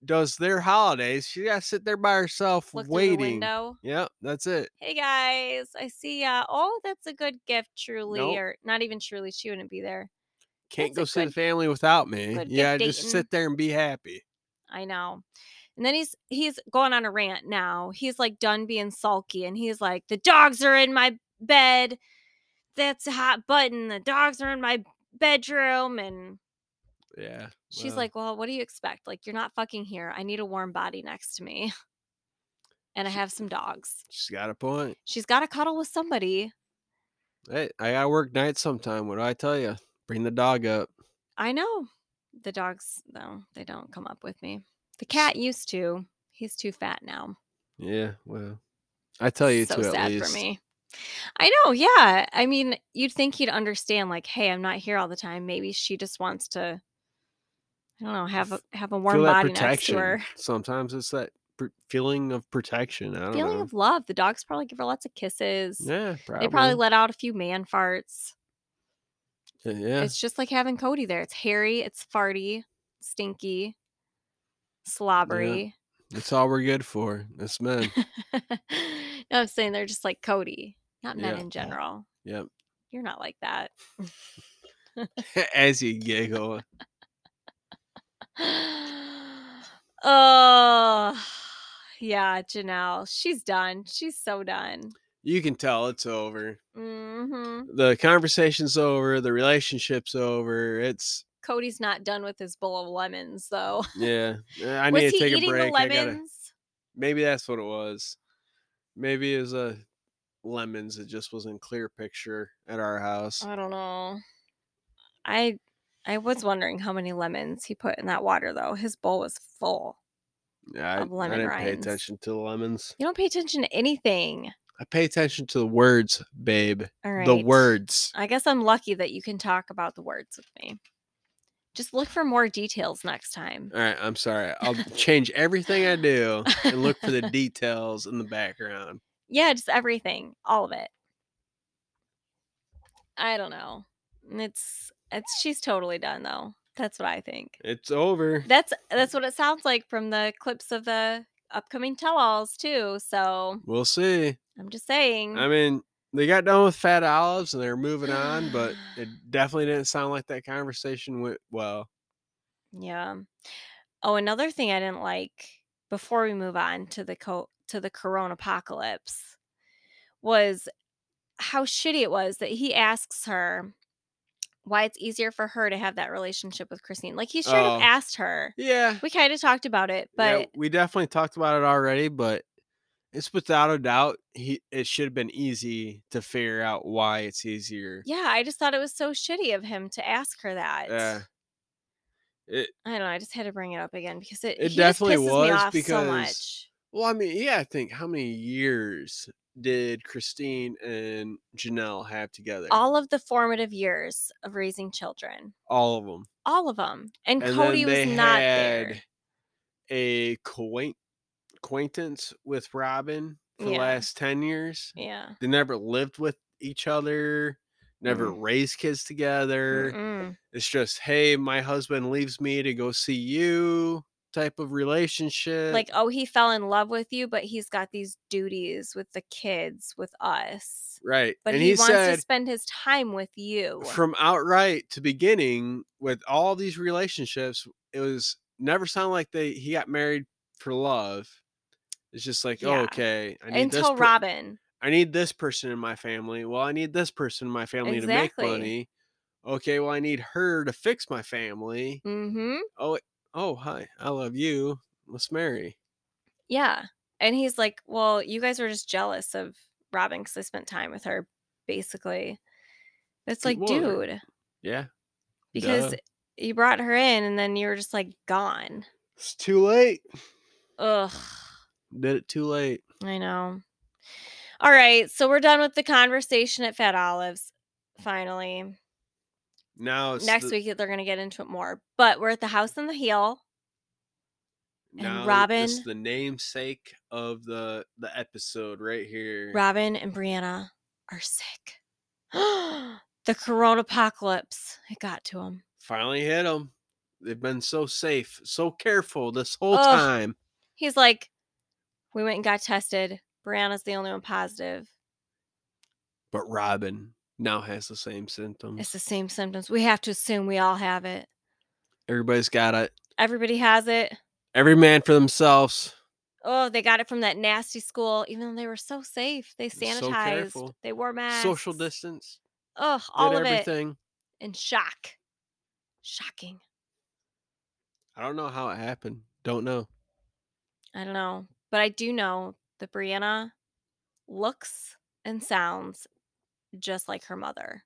S3: does their holidays. She got to sit there by herself
S1: Look through the
S3: waiting.
S1: window.
S3: Yep, that's it.
S1: Hey guys, I see ya. Oh, that's a good gift, truly.
S3: Nope.
S1: Or not even truly, she wouldn't be there.
S3: Can't
S1: That's
S3: go
S1: a
S3: see the
S1: good-
S3: family without me.
S1: good
S3: Yeah,
S1: gift
S3: just
S1: dating.
S3: sit there and be happy.
S1: I know. And then he's he's going on a rant now. He's like done being sulky and he's like, the dogs are in my bed. That's a hot button. The dogs are in my bedroom. And
S3: Yeah.
S1: she's
S3: well,
S1: like, Well, what do you expect? Like, you're not fucking here. I need a warm body next to me. And I
S3: She-
S1: have some dogs.
S3: she's got a point.
S1: She's gotta cuddle with somebody.
S3: Hey, I got to work nights sometime. What do I tell you? Bring the dog up.
S1: I know. The dogs, though, they don't come up with me. The cat used to. He's too fat now.
S3: Yeah, well, I tell you
S1: so
S3: to at
S1: sad
S3: least.
S1: for me. I know, yeah. I mean, you'd think he'd understand, like, hey, I'm not here all the time. Maybe she just wants to, I don't know, have a have a warm
S3: Feel that
S1: body next to
S3: protection.
S1: her.
S3: Sometimes it's that pr- feeling of protection. I don't
S1: Feeling
S3: know.
S1: of love. The dogs probably give her lots of kisses.
S3: yeah, probably.
S1: They probably let out a few man farts.
S3: Uh, yeah,
S1: It's just like having Cody there. It's hairy, it's farty, stinky, slobbery.
S3: that's all we're good for. That's men.
S1: no, I'm saying they're just like Cody, not men
S3: Yeah.
S1: in general.
S3: Yep.
S1: You're not like that.
S3: As you giggle,
S1: Oh, yeah, Janelle. She's done. She's so done.
S3: You can tell it's over.
S1: hmm
S3: The conversation's over. The relationship's over. It's
S1: Cody's not done with his bowl of lemons, though.
S3: yeah. eh, I
S1: Was
S3: need to
S1: he
S3: take a
S1: eating
S3: break.
S1: the
S3: I gotta.
S1: lemons?
S3: Maybe that's what it was. Maybe it was a lemons. It just wasn't a clear picture at our house.
S1: I don't know. I I was wondering how many lemons he put in that water, though. His bowl was full.
S3: Yeah, I,
S1: of lemon
S3: I didn't pay
S1: rinds.
S3: attention to the lemons.
S1: You don't pay attention to anything.
S3: I pay attention to the words, babe.
S1: All right.
S3: The words.
S1: I guess I'm lucky that you can talk about the words with me. Just look for more details next time.
S3: All right, I'm sorry. I'll change everything I do and look for the details in the background.
S1: Yeah, just everything, all of it. I don't know. It's it's she's totally done though. That's what I think.
S3: It's over.
S1: That's that's what it sounds like from the clips of the upcoming tell-alls too. So
S3: We'll see.
S1: I'm just saying.
S3: I mean, they got done with fat olives and they're moving on, but it definitely didn't sound like that conversation went well.
S1: Yeah. Oh, another thing I didn't like before we move on to the co- to the corona apocalypse was how shitty it was that he asks her why it's easier for her to have that relationship with Christine. Like he straight up
S3: Oh.
S1: asked her.
S3: Yeah.
S1: We kind of talked about it,
S3: yeah,
S1: but
S3: we definitely talked about it already, but it's without a doubt he it should have been easy to figure out why it's easier.
S1: yeah. I just thought it was so shitty of him to ask her that.
S3: Yeah. It
S1: I don't know. I just had to bring it up again because it,
S3: It
S1: he
S3: definitely
S1: just pisses
S3: was
S1: me off
S3: because-
S1: so much.
S3: Well, I mean, yeah, I think how many years did Christine and Janelle have together?
S1: All of the formative years of raising children.
S3: All of them.
S1: all of them. And, Cody was not there.
S3: a coin- acquaintance with Robin for the
S1: Yeah.
S3: last 10 years.
S1: Yeah.
S3: They never lived with each other, never
S1: Mm.
S3: raised kids together.
S1: Mm-mm.
S3: It's just, hey, my husband leaves me to go see you type of relationship.
S1: Like, oh, he fell in love with you, but he's got these duties with the kids, with us.
S3: right.
S1: But
S3: and
S1: he,
S3: he,
S1: wants
S3: said,
S1: to spend his time with you.
S3: from outright to beginning with all these relationships it was never sounded like they he got married for love it's just like oh,
S1: Yeah.
S3: okay i need this
S1: until
S3: per-
S1: Robin.
S3: i need this person in my family well i need this person in my family
S1: Exactly.
S3: to make money okay well i need her to fix my family
S1: Mm-hmm.
S3: oh hi i love you let's marry
S1: Yeah. And he's like, well, you guys were just jealous of Robin because I spent time with her, basically. It's like,
S3: Well,
S1: dude,
S3: yeah
S1: because
S3: duh.
S1: you brought her in and then you were just like gone.
S3: it's too late
S1: Ugh.
S3: did it too late
S1: I know. All right, so we're done with the conversation at Fat Olives. Finally,
S3: now it's
S1: next
S3: Oh, the-
S1: week they're going to get into it more. But we're at the house on the hill. and
S3: now this
S1: Robin-
S3: is the namesake of the the episode right here
S1: Robin and Brianna are sick. the corona apocalypse. It got to them.
S3: finally hit them. They've been so safe, so careful this whole
S1: Ugh.
S3: time.
S1: He's like, we went and got tested. Brianna's the only one positive.
S3: But Robin now has the same symptoms.
S1: It's the same symptoms. We have to assume we all have it.
S3: Everybody's got it.
S1: Everybody has it.
S3: Every man for themselves.
S1: Oh, they got it from that nasty school, even though they were so safe. They
S3: So
S1: sanitized.
S3: careful.
S1: they wore masks.
S3: Social distance.
S1: Ugh,
S3: Did
S1: all of it.
S3: everything.
S1: In shock. Shocking.
S3: I don't know how it happened. Don't know.
S1: I don't know. But I do know that Brianna looks and sounds just like her mother.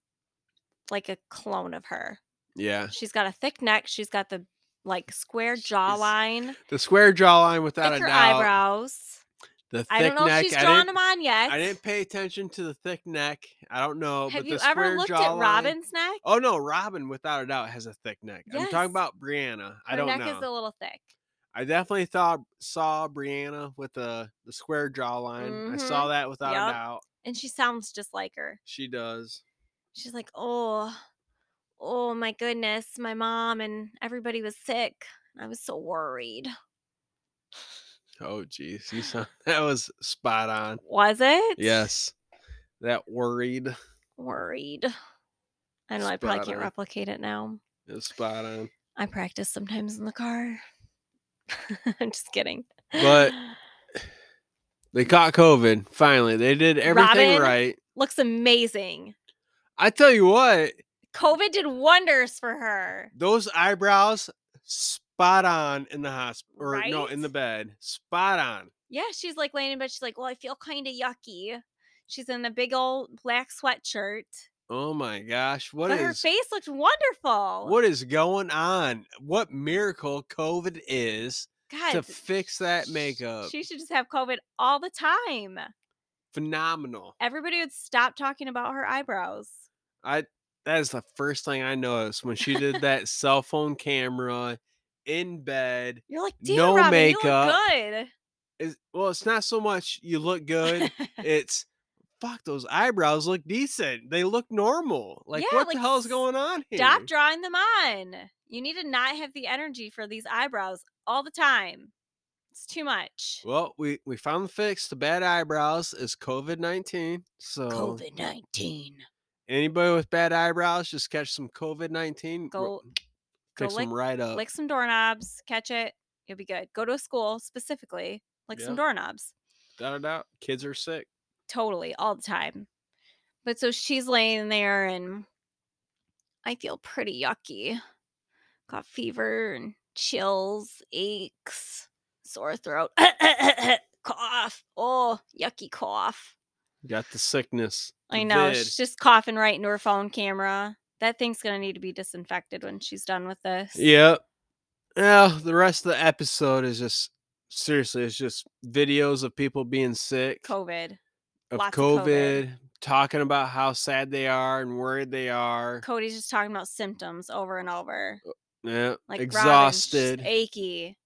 S1: Like a clone of her.
S3: Yeah.
S1: She's got a thick neck. She's got the like square
S3: She's
S1: jawline,
S3: The square jawline without
S1: thicker
S3: a doubt.
S1: eyebrows.
S3: The thick
S1: I don't know
S3: neck.
S1: if she's
S3: I,
S1: drawn
S3: didn't,
S1: them on yet.
S3: I didn't pay attention to the thick neck. I don't know.
S1: Have
S3: but
S1: you
S3: the
S1: ever
S3: square
S1: looked
S3: jawline,
S1: at Robin's neck?
S3: Oh no, Robin without a doubt has a thick neck. I'm
S1: Yes.
S3: talking about Brianna. I
S1: her
S3: don't
S1: neck
S3: know.
S1: is a little thick.
S3: I definitely thought saw Brianna with the the square jawline. I saw that without a
S1: Mm-hmm. Yup.
S3: doubt.
S1: And she sounds just like her.
S3: She does.
S1: She's like, oh, oh my goodness, my mom and everybody was sick. and I was so worried.
S3: Oh jeez, you sound that was spot on.
S1: Was it?
S3: Yes, that worried
S1: Worried. I know I probably
S3: Spot
S1: can't
S3: on.
S1: replicate it now.
S3: is spot on.
S1: I practice sometimes in the car. I'm just kidding.
S3: But They caught COVID. Finally, they did everything
S1: Robin?
S3: right.
S1: looks amazing.
S3: I tell you what,
S1: COVID did wonders for her.
S3: those eyebrows spot on in the hospital or no in the
S1: Right?
S3: bed. Spot on.
S1: Yeah, she's like laying in bed. She's like, well, I feel kind of yucky. She's in a big old black sweatshirt,
S3: Oh my gosh, what
S1: but
S3: is
S1: her face looked wonderful.
S3: what is going on? What miracle COVID is
S1: God,
S3: to fix that
S1: sh-
S3: makeup?
S1: She should just have COVID all the time.
S3: Phenomenal.
S1: Everybody would stop talking about her eyebrows.
S3: I that is the first thing I noticed when she did that cell phone camera in bed.
S1: You're like, damn,
S3: No
S1: Robin,
S3: makeup.
S1: you
S3: Is well, it's not so much you look
S1: look
S3: good.
S1: good.
S3: it's fuck those eyebrows look decent they look normal like
S1: Yeah,
S3: what
S1: like,
S3: the hell's
S1: s-
S3: going on here
S1: Stop drawing them on. You need to not have the energy for these eyebrows all the time. It's too much.
S3: well we we found the fix to bad eyebrows is covid-19 so
S1: COVID 19.
S3: anybody with bad eyebrows just catch some covid-19
S1: Go, go
S3: fix
S1: lick,
S3: them right up
S1: lick some doorknobs, catch it. You'll be good. Go to a school specifically, lick some
S3: Yeah.
S1: doorknobs.
S3: without a doubt kids are sick
S1: totally all the time. But so she's laying there and I feel pretty yucky. Got fever and chills, aches, sore throat, cough. Oh, yucky cough.
S3: got the sickness
S1: I
S3: the
S1: know.
S3: vid.
S1: She's just coughing right into her phone camera. That thing's going to need to be disinfected when she's done with this.
S3: yep well the rest of the episode is just seriously it's just videos of people being sick
S1: COVID.
S3: of
S1: Lots of
S3: COVID,
S1: COVID.
S3: talking about how sad they are and worried they are.
S1: Cody's just talking about symptoms over and over.
S3: yeah,
S1: Like Robin, she's just
S3: Uh, exhausted.
S1: achy,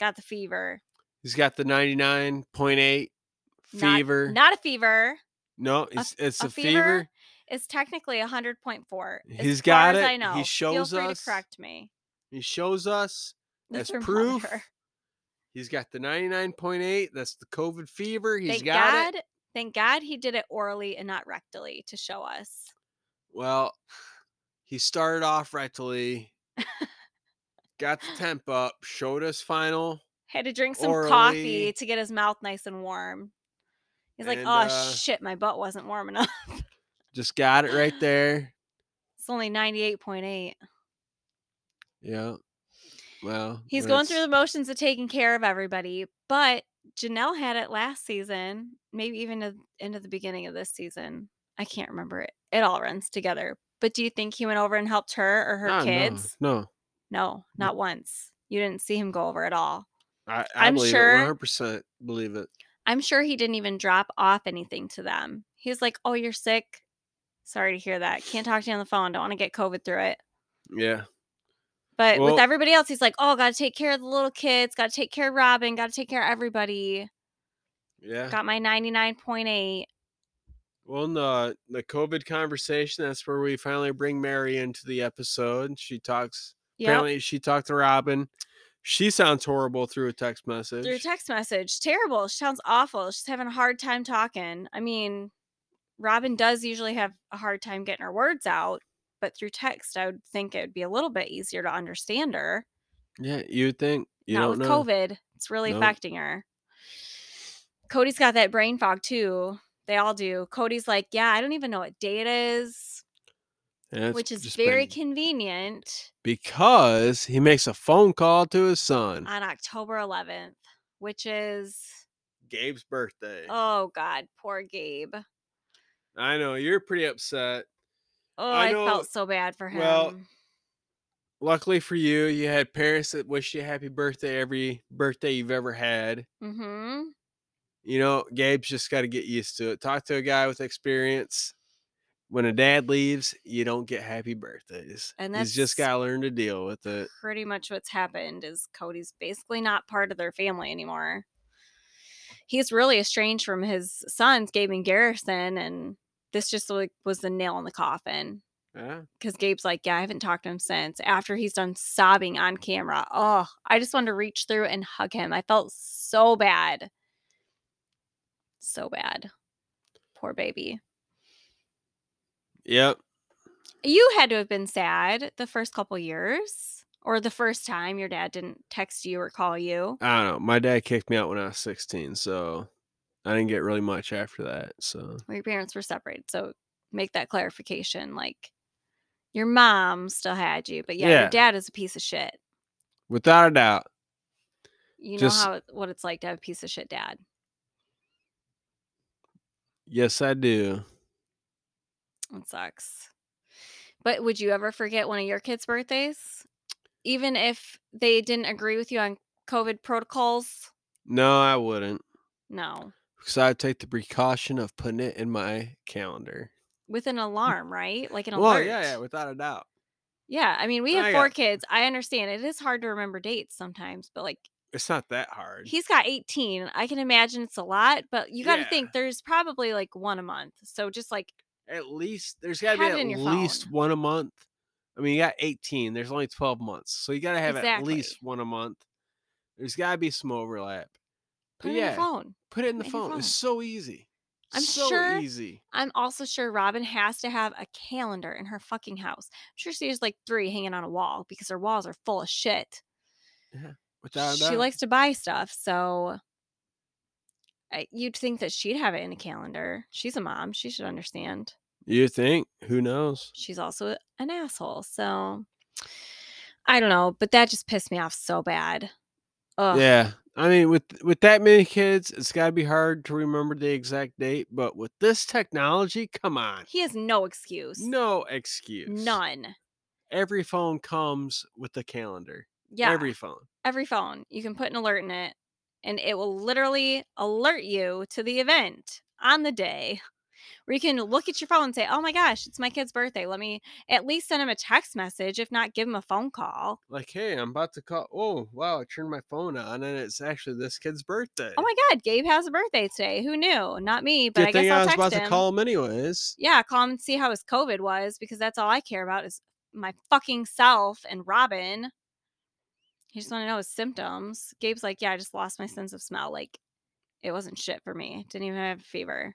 S1: got the fever.
S3: He's got the 99.8
S1: Not-
S3: fever.
S1: Not a fever.
S3: no, it's, it's a,
S1: a
S3: fever.
S1: fever? It's technically 100.4. As
S3: He's
S1: far
S3: got
S1: as
S3: it.
S1: I
S3: He
S1: know.
S3: shows
S1: Feel free
S3: us
S1: to correct me.
S3: He shows us
S1: The
S3: as proof.
S1: thermometer.
S3: He's got the 99.8. That's the COVID fever. He's
S1: Thank
S3: got it.
S1: God. Thank God he did it orally and not rectally to show us.
S3: Well, he started off rectally, got the temp up, showed us final.
S1: Had to drink some coffee
S3: Orally.
S1: to get his mouth nice and warm. He's like,
S3: And,
S1: oh
S3: uh,
S1: shit, my butt wasn't warm enough.
S3: Just got it right there.
S1: It's only 98.8.
S3: Yeah. Well,
S1: He's
S3: when
S1: going
S3: it's-
S1: through the motions of taking care of everybody, but Janelle had it last season, maybe even at the end of the beginning of this season. I can't remember it. It all runs together. But do you think he went over and helped her or her
S3: Ah, no,
S1: kids?
S3: No,
S1: No,
S3: No.
S1: not once. You didn't see him go over at all.
S3: I, I
S1: I'm
S3: believe
S1: sure-
S3: it. One hundred percent believe it.
S1: I'm sure he didn't even drop off anything to them. He was like, Oh, you're sick. Sorry to hear that. Can't talk to you on the phone. Don't want to get COVID through it.
S3: Yeah.
S1: But
S3: Well-
S1: with everybody else, he's like, Oh, gotta take care of the little kids, gotta take care of Robin, gotta take care of everybody.
S3: Yeah.
S1: got my 99.8
S3: Well, in the the COVID conversation, that's where we finally bring Mary into the episode. She talks.
S1: yeah
S3: Apparently, she talked to Robin. She sounds horrible through a text message.
S1: through text message terrible she sounds awful she's having a hard time talking i mean robin does usually have a hard time getting her words out but through text i would think it would be a little bit easier to understand her
S3: yeah, you'd think. You
S1: not
S3: don't
S1: with
S3: know.
S1: covid it's really
S3: No.
S1: affecting her cody's got that brain fog too they all do cody's like yeah i don't even know what day it is
S3: Yeah, it's
S1: which is
S3: just
S1: very
S3: been-
S1: convenient
S3: because he makes a phone call to his son,
S1: on october 11th which is
S3: Gabe's birthday.
S1: Oh God, poor Gabe.
S3: I know you're pretty upset.
S1: Oh,
S3: I
S1: I,
S3: know-
S1: felt so bad for him.
S3: well, Luckily for you, you had parents that wish you happy birthday every birthday you've ever had.
S1: mm-hmm.
S3: you know, Gabe's just got to get used to it. Talk to a guy with experience. When a dad leaves, you don't get happy birthdays.
S1: And
S3: he's just
S1: that's-
S3: got to learn to deal with it.
S1: Pretty much what's happened is Cody's basically not part of their family anymore. He's really estranged from his sons, Gabe and Garrison, and this just like was the nail in the coffin.
S3: Yeah.
S1: Because Gabe's like, yeah, I haven't talked to him since after he's done sobbing on camera. Oh, I just wanted to reach through and hug him. I felt so bad. So bad. Poor baby.
S3: Yep.
S1: You had to have been sad the first couple years. Or the first time your dad didn't text you or call you.
S3: I don't know. My dad kicked me out when I was 16, so I didn't get really much after that. So
S1: Well, your parents were separated. So make that clarification. Like your mom still had you, but yeah,
S3: Yeah.
S1: your dad is a piece of shit.
S3: without a doubt,
S1: You
S3: Just-
S1: know how it- what it's like to have a piece of shit dad.
S3: yes, I do.
S1: It sucks. But would you ever forget one of your kids' birthdays? Even if they didn't agree with you on COVID protocols?
S3: No, I wouldn't,
S1: No.
S3: because I take the precaution of putting it in my calendar.
S1: With an alarm, right? Like an
S3: Well,
S1: alert.
S3: yeah, yeah, without a doubt.
S1: Yeah, I mean, we
S3: I
S1: have
S3: got-
S1: four kids. I understand it is hard to remember dates sometimes, but like
S3: It's not that hard.
S1: he's got 18. I can imagine it's a lot, but you got to
S3: Yeah.
S1: think there's probably like one a month. So just like,
S3: At least there's got to
S1: Have it in
S3: be at
S1: your
S3: least
S1: phone.
S3: one a month. I mean, you got 18. There's only 12 months, so you got to have at least
S1: Exactly.
S3: one a month. There's got to be some overlap.
S1: put it
S3: yeah,
S1: in your phone.
S3: Put it in the
S1: Make your
S3: phone.
S1: phone.
S3: It's so easy.
S1: I'm
S3: so
S1: sure-
S3: easy.
S1: I'm also sure Robin has to have a calendar in her fucking house. I'm sure she has like three hanging on a wall because her walls are full of shit.
S3: Without a
S1: she
S3: doubt.
S1: likes to buy stuff, so I, you'd think that she'd have it in a calendar. She's a mom; she should understand.
S3: You think? Who knows?
S1: She's also a- an asshole, so I don't know. But that just pissed me off so bad. Ugh.
S3: Yeah. I mean, with with that many kids, it's got to be hard to remember the exact date. But with this technology, come on,
S1: he has no excuse.
S3: no excuse.
S1: none.
S3: Every phone comes with a calendar.
S1: Yeah,
S3: Every phone.
S1: every phone you can put an alert in it and it will literally alert you to the event on the day where you can look at your phone and say oh my gosh it's my kid's birthday let me at least send him a text message if not give him a phone call
S3: Like, hey, I'm about to call. Oh, wow! I turned my phone on, and it's actually this kid's birthday.
S1: oh my god gabe has a birthday today who knew not me but
S3: Good
S1: i
S3: thing
S1: guess i'll
S3: I was
S1: text
S3: about
S1: him
S3: to call him anyways.
S1: yeah call him and see how his covid was because that's all i care about is my fucking self and robin he just want to know his symptoms gabe's like yeah i just lost my sense of smell like it wasn't shit for me didn't even have a fever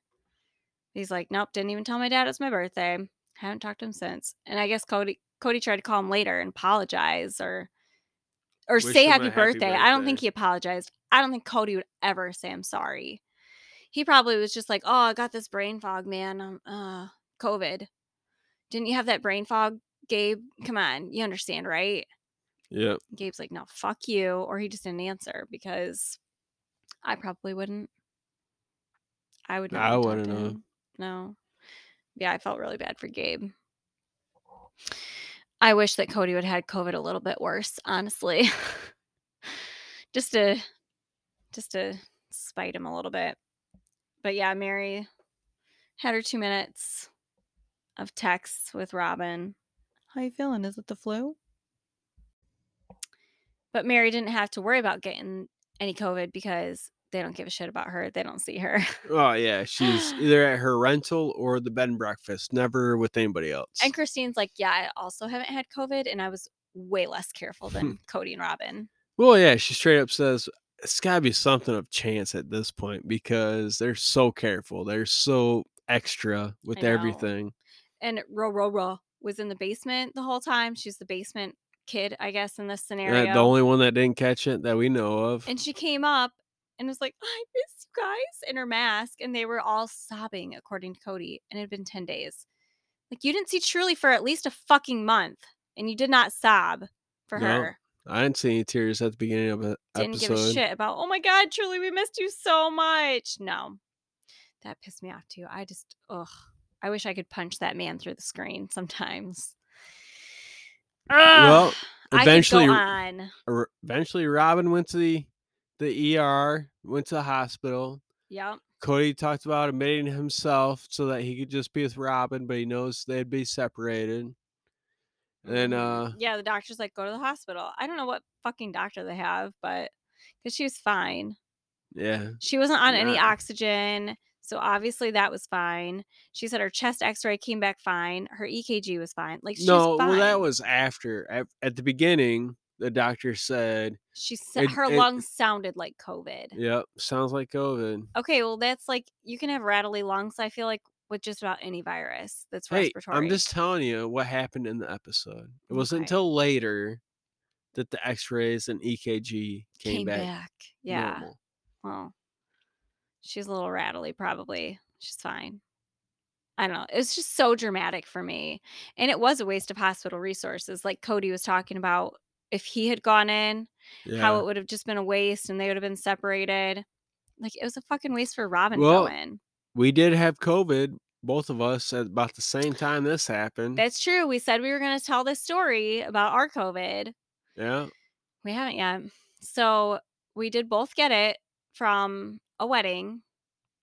S1: he's like nope didn't even tell my dad it's my birthday haven't talked to him since and i guess cody cody tried to call him later and apologize or or
S3: Wish
S1: say
S3: him a
S1: happy
S3: happy
S1: birthday. i don't think
S3: birthday.
S1: he apologized i don't think cody would ever say i'm sorry he probably was just like oh i got this brain fog man um uh covid didn't you have that brain fog gabe come on you understand right
S3: Yep.
S1: gabe's like no fuck you or he just didn't answer because i probably wouldn't i would not
S3: I
S1: have talked
S3: wouldn't
S1: to
S3: have.
S1: him. no yeah i felt really bad for gabe i wish that cody would have had covid a little bit worse honestly just to just to spite him a little bit but yeah mary had her two minutes of texts with robin how you feeling is it the flu but mary didn't have to worry about getting any covid because they don't give a shit about her they don't see her
S3: Oh yeah, she's either at her rental or the bed and breakfast, never with anybody else.
S1: and christine's like yeah i also haven't had covid and i was way less careful than cody and robin
S3: Well, yeah, she straight up says it's got to be something of chance at this point because they're so careful, they're so extra
S1: I
S3: with
S1: know.
S3: everything.
S1: and ro ro ro was in the basement the whole time she's the basement kid i guess in this
S3: And
S1: scenario
S3: Uh, the only one that didn't catch it that we know of.
S1: And she came up and was like, I miss you guys in her mask. And they were all sobbing, according to Cody. And it had been 10 days. Like, you didn't see Truly for at least a fucking month. And you did not sob for
S3: No,
S1: her.
S3: I didn't see any tears at the beginning of the
S1: Didn't
S3: episode.
S1: give a shit about, oh my God, Truly, we missed you so much. No, that pissed me off too. I just, ugh. I wish I could punch that man through the screen sometimes.
S3: Well,
S1: Ugh,
S3: eventually,
S1: I could go on.
S3: r- eventually, Robin went to the the ER, went to the hospital.
S1: Yep.
S3: Cody talked about admitting himself so that he could just be with Robin, but he knows they'd be separated. And then,
S1: Mhm.
S3: uh,
S1: yeah, the doctor's like, go to the hospital. I don't know what fucking doctor they have, but because she was fine,
S3: yeah,
S1: she wasn't on any
S3: Yeah.
S1: oxygen, so obviously that was fine. She said her chest X-ray came back fine, her EKG was fine. Like she's
S3: no,
S1: fine.
S3: well, that was after. At, at the beginning, the doctor said,
S1: she said
S3: it-
S1: her
S3: it-
S1: lungs sounded like COVID.
S3: "Yep, sounds like COVID."
S1: Okay, well that's like you can have rattly lungs. I feel like with just about any virus that's
S3: Hey,
S1: respiratory.
S3: I'm just telling you what happened in the episode. It wasn't
S1: Okay.
S3: until later that the X-rays and EKG came, back,
S1: Yeah.
S3: normal.
S1: Well, she's a little rattly, probably. She's fine. I don't know. It was just so dramatic for me. And it was a waste of hospital resources. Like Cody was talking about, if he had gone in,
S3: Yeah.
S1: how it would have just been a waste and they would have been separated. Like it was a fucking waste for Robin
S3: Well,
S1: to go in.
S3: we did have COVID, both of us, at about the same time this happened.
S1: That's true. We said we were going to tell this story about our COVID.
S3: yeah.
S1: We haven't yet. So we did both get it from a wedding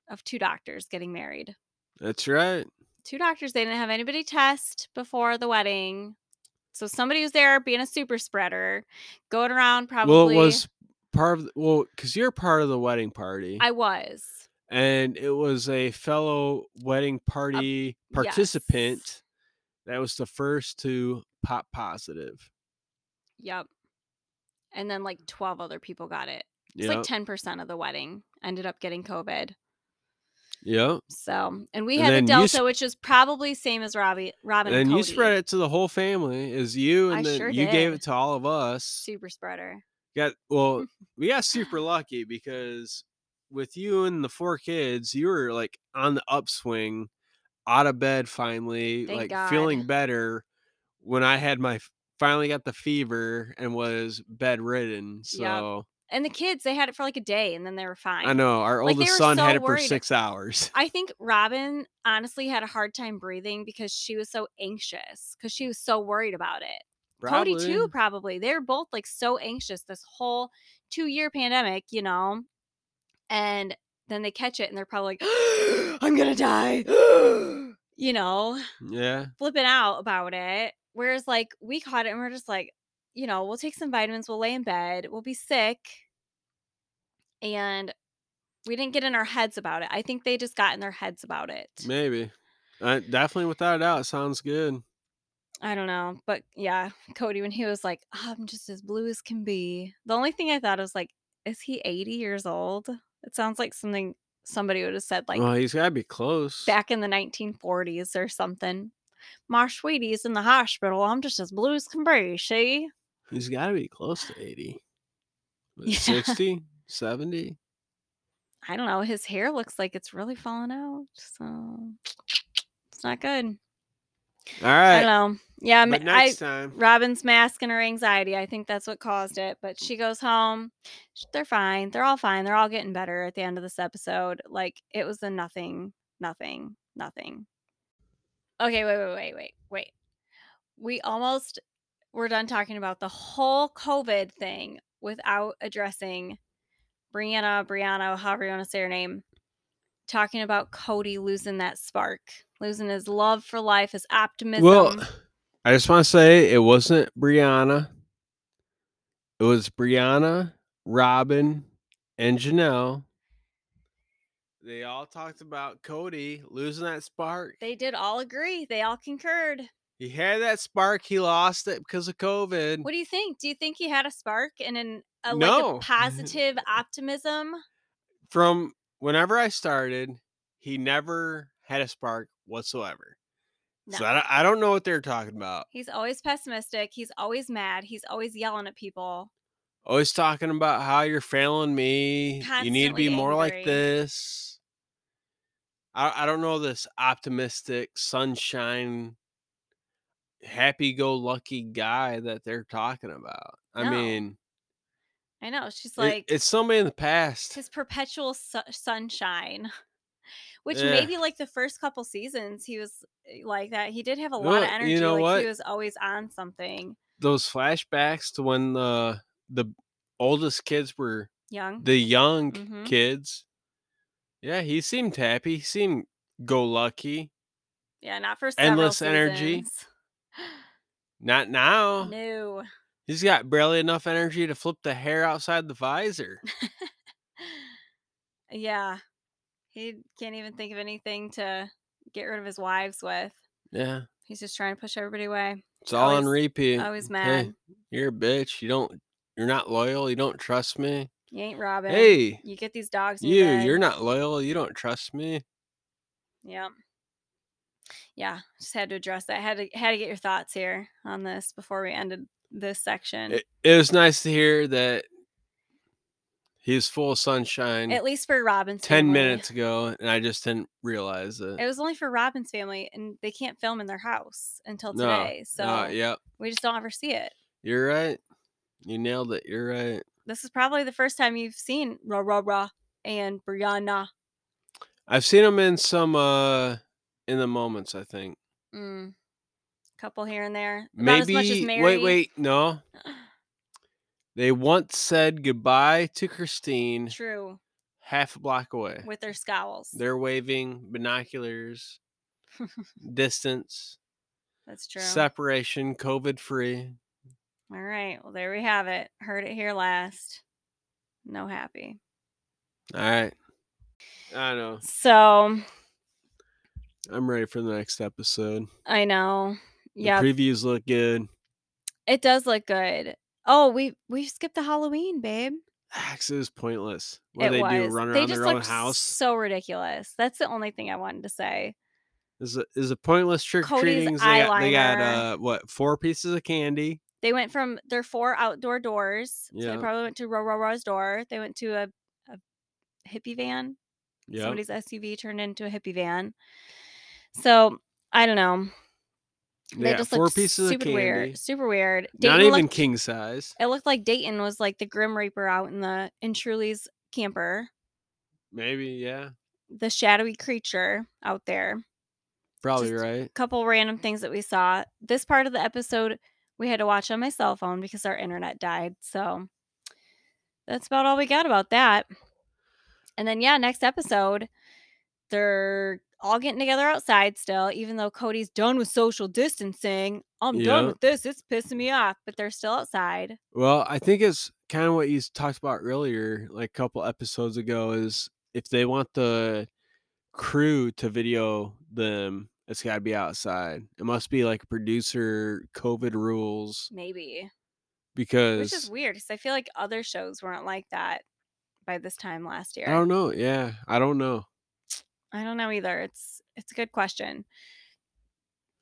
S1: of two doctors getting married.
S3: That's right.
S1: Two doctors. They didn't have anybody test before the wedding. So somebody was there being a super spreader, going around probably.
S3: Well, it was part of the, well, because you're part of the wedding party,
S1: I was.
S3: and it was a fellow wedding party
S1: yes.
S3: participant that was the first to pop positive.
S1: Yep. And then like 12 other people got it. It's
S3: Yeah,
S1: like 10% of the wedding ended up getting COVID.
S3: yeah.
S1: So, and we
S3: And
S1: had a
S3: then you
S1: Delta,
S3: sp-
S1: which is probably same as Robbie, Robin,
S3: And
S1: and,
S3: then you
S1: Cody.
S3: spread it to the whole family. Is you
S1: I
S3: and then
S1: sure
S3: you gave
S1: did.
S3: it to all of us.
S1: Super spreader.
S3: Got well, we got super lucky because with you and the four kids, you were like on the upswing, out of bed finally,
S1: Thank
S3: like
S1: God.
S3: feeling better. When I had my f- finally got the fever and was bedridden, so
S1: And the kids, they had it for like a day and then they were fine.
S3: I know our
S1: Like, they
S3: oldest
S1: were
S3: son had
S1: so
S3: it for
S1: worried.
S3: six hours.
S1: I think Robin honestly had a hard time breathing because she was so anxious because she was so worried about it. Cody too,
S3: Probably.
S1: probably. They were both like so anxious this whole two year pandemic, you know. And then they catch it and they're probably like, I'm gonna die. you know,
S3: Yeah,
S1: flipping out about it. Whereas like we caught it and we're just like, you know, we'll take some vitamins, we'll lay in bed, we'll be sick. And we didn't get in our heads about it. I think they just got in their heads about it.
S3: maybe. Uh, definitely, without a doubt, sounds good.
S1: I don't know. But yeah, Cody, when he was like, "Oh, I'm just as blue as can be. The only thing I thought was like, is he 80 years old? It sounds like something somebody would have said like
S3: well, he's got to be close.
S1: back in the 1940s or something. My sweetie's in the hospital. I'm just as blue as can be. She.
S3: He's got to be close to 80. What,
S1: Yeah.
S3: 60, 70.
S1: I don't know. His hair looks like it's really falling out. So it's not good.
S3: All
S1: I
S3: right.
S1: don't know. Yeah,
S3: but
S1: I'm- I,
S3: next time.
S1: Robin's mask and her anxiety. I think that's what caused it. But she goes home. sh- They're fine. They're all fine. They're all getting better at the end of this episode. Like it was a nothing, nothing, nothing. Okay, wait, wait, wait, wait, wait. We almost were done talking about the whole COVID thing without addressing Brianna, Brianna, however you want to say her name, talking about Cody losing that spark, losing his love for life, his optimism.
S3: Well, I just want to say it wasn't Brianna. It was Brianna, Robin, and Janelle. They all talked about Cody losing that spark.
S1: They did all agree. They all concurred.
S3: He had that spark. He lost it because of COVID.
S1: What do you think? Do you think he had a spark and an a,
S3: Mm. No.
S1: like a positive optimism?
S3: From whenever I started, he never had a spark whatsoever.
S1: No.
S3: So I don't, I don't know what they're talking about.
S1: He's always pessimistic. He's always mad. He's always yelling at people.
S3: always talking about how you're failing me. you need to be
S1: Constantly
S3: more
S1: angry.
S3: like this. I I don't know this optimistic, sunshine, happy-go-lucky guy that they're talking about. I
S1: No,
S3: mean,
S1: I know. She's
S3: it-
S1: like
S3: it's somebody in the past.
S1: his perpetual su- sunshine, which
S3: Yeah.
S1: maybe like the first couple seasons he was eh, like that. He did have a lot
S3: Well,
S1: of
S3: you
S1: energy.
S3: know
S1: like
S3: what?
S1: he was always on something.
S3: Those flashbacks to when the the oldest kids were
S1: Young.
S3: the young
S1: Mhm.
S3: kids. Yeah, he seemed happy. He seemed go lucky.
S1: yeah, not for several
S3: endless energy.
S1: seasons.
S3: Not now.
S1: No.
S3: He's got barely enough energy to flip the hair outside the visor.
S1: yeah. He can't even think of anything to get rid of his wives with.
S3: Yeah.
S1: He's just trying to push everybody away.
S3: It's all on
S1: always-
S3: repeat.
S1: always
S3: Hey,
S1: mad.
S3: you're a bitch. You don't you're not loyal. You don't trust me.
S1: You ain't Robin.
S3: Hey,
S1: You get these dogs. in
S3: you,
S1: your
S3: you're
S1: bed.
S3: not loyal. You don't trust me.
S1: Yeah. Yeah. Just had to address that. Had to had to get your thoughts here on this before we ended this section.
S3: It, it was nice to hear that he's full of sunshine
S1: At least for Robin's
S3: 10
S1: family.
S3: minutes ago, and I just didn't realize it.
S1: It was only for Robin's family, and they can't film in their house until
S3: No,
S1: today. So
S3: No, yep.
S1: we just don't ever see it.
S3: You're right. You nailed it. You're right.
S1: This is probably the first time you've seen Ra Ra Ra and Brianna.
S3: I've seen him in some uh in the moments, I think.
S1: Mm. Couple here and there. About
S3: Maybe
S1: as much as Mary.
S3: wait, wait, no. They once said goodbye to Christine
S1: True.
S3: half a block away.
S1: With their scowls.
S3: Eh, They're waving binoculars, distance,
S1: That's true.
S3: separation, COVID free.
S1: All right. Well, there we have it. Heard it here last. No happy.
S3: All right. I know.
S1: So
S3: I'm ready for the next episode.
S1: I know.
S3: The
S1: Yeah,
S3: previews look good.
S1: it does look good. Oh, we we skipped the Halloween, babe.
S3: Axe is pointless. What
S1: it
S3: do they
S1: was.
S3: do? Run
S1: they
S3: around
S1: just
S3: their own
S1: looked
S3: house?
S1: So ridiculous. That's the only thing I wanted to say.
S3: Is a, is a pointless trick treating? They
S1: Cody's
S3: got, they got
S1: eyeliner.
S3: uh, what four pieces of candy?
S1: They went from their four outdoor doors. So
S3: Yeah.
S1: they probably went to Rorora's door. They went to a, a hippie van.
S3: Yeah,
S1: Somebody's SUV turned into a hippie van. So I don't know. They
S3: got
S1: just
S3: four
S1: looked
S3: pieces of
S1: super
S3: candy.
S1: weird. Super weird.
S3: Not
S1: Dayton
S3: even
S1: looked-
S3: king size.
S1: It looked like Dayton was like the Grim Reaper out in the in Truly's camper,
S3: Maybe yeah.
S1: the shadowy creature out there.
S3: Probably
S1: Just-
S3: right.
S1: couple random things that we saw. This part of the episode we had to watch on my cell phone because our internet died. So that's about all we got about that. And then yeah, next episode they're all getting together outside still, even though Cody's done with social distancing. I'm done
S3: Yeah.
S1: with this. It's pissing me off, but they're still outside.
S3: Well, I think it's kind of what you s- talked about earlier, like a couple episodes ago. Is if they want the crew to video them, it's got to be outside. It must be like producer COVID rules
S1: Maybe.
S3: because
S1: Which is weird because I feel like other shows weren't like that by this time last year.
S3: I don't know. Yeah, I don't know.
S1: I don't know either. It's it's a good question.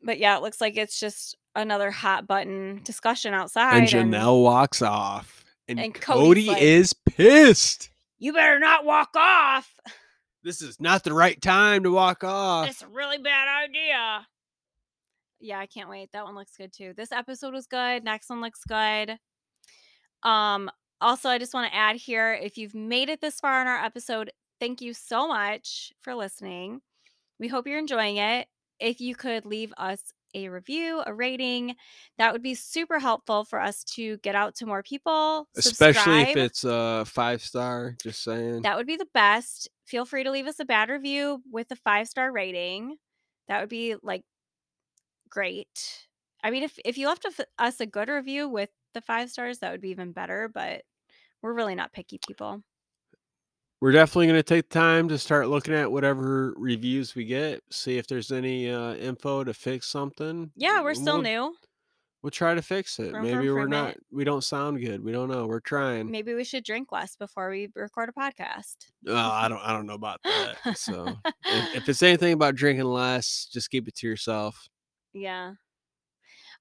S1: But yeah, it looks like it's just another hot button discussion outside.
S3: and Janelle walks off, and,
S1: and Cody's
S3: Cody
S1: like-
S3: is pissed.
S1: you better not walk off.
S3: This is not the right time to walk off.
S1: That's a really bad idea. Uh, Yeah, I can't wait. That one looks good too. This episode was good. Next one looks good. Um, also, I just want to add here if you've made it this far in our episode, thank you so much for listening. We hope you're enjoying it. If you could leave us a review, a rating, that would be super helpful for us to get out to more people.
S3: Especially if
S1: Subscribe.
S3: it's a uh, five star. Just saying.
S1: That would be the best. Feel free to leave us a bad review with a five star rating. That would be like great. I mean, if if you left us- us a good review with the five stars, that would be even better. But we're really not picky people.
S3: We're definitely going to take time to start looking at whatever reviews we get, see if there's any uh, info to fix something.
S1: Yeah, we're
S3: and
S1: still
S3: we'll-
S1: new.
S3: We'll try to fix it.
S1: Room for
S3: Maybe we're not.
S1: improvement.
S3: We don't sound good. We don't know. We're trying.
S1: Maybe we should drink less before we record a podcast.
S3: Uh, I don't. I don't know about that. So if, if it's anything about drinking less, just keep it to yourself.
S1: Yeah.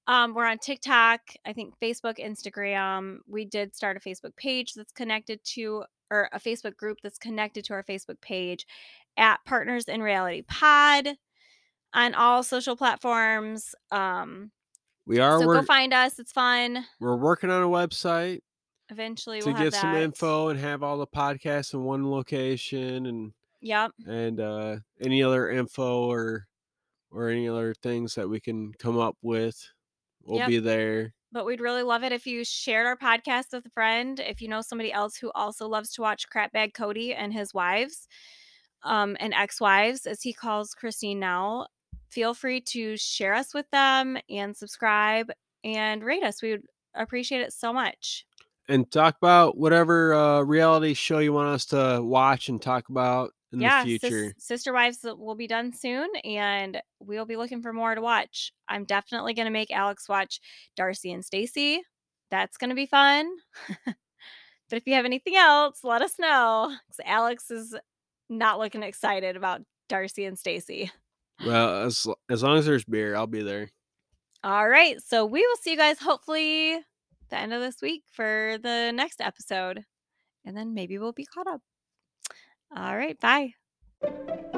S1: Um, we're on TikTok, I think Facebook, Instagram. We did start a Facebook page that's connected to, or a Facebook group that's connected to our Facebook page at Partners in Reality Pod on all social platforms. Um,
S3: We are.
S1: so go
S3: work-
S1: find us. It's fun.
S3: we're working on a website
S1: Eventually,
S3: to
S1: we'll have
S3: get
S1: that.
S3: some info and have all the podcasts in one location and
S1: Yep.
S3: and uh, any other info or or any other things that we can come up with will
S1: Yep.
S3: be there.
S1: But we'd really love it if you shared our podcast with a friend. If you know somebody else who also loves to watch Crapbag Cody and his wives, um, and ex-wives, as he calls Christine now, feel free to share us with them and subscribe and rate us. We would appreciate it so much.
S3: And talk about whatever uh, reality show you want us to watch and talk about in
S1: yeah,
S3: the
S1: sis-
S3: future.
S1: Sister Wives will be done soon, and we'll be looking for more to watch. I'm definitely going to make Alex watch Darcy and Stacy. That's going to be fun. but if you have anything else, let us know. 'cause Alex is not looking excited about Darcy and Stacy.
S3: Well, as as long as there's beer, I'll be there.
S1: All right, so we will see you guys hopefully the end of this week for the next episode. And then maybe we'll be caught up. All right. Bye.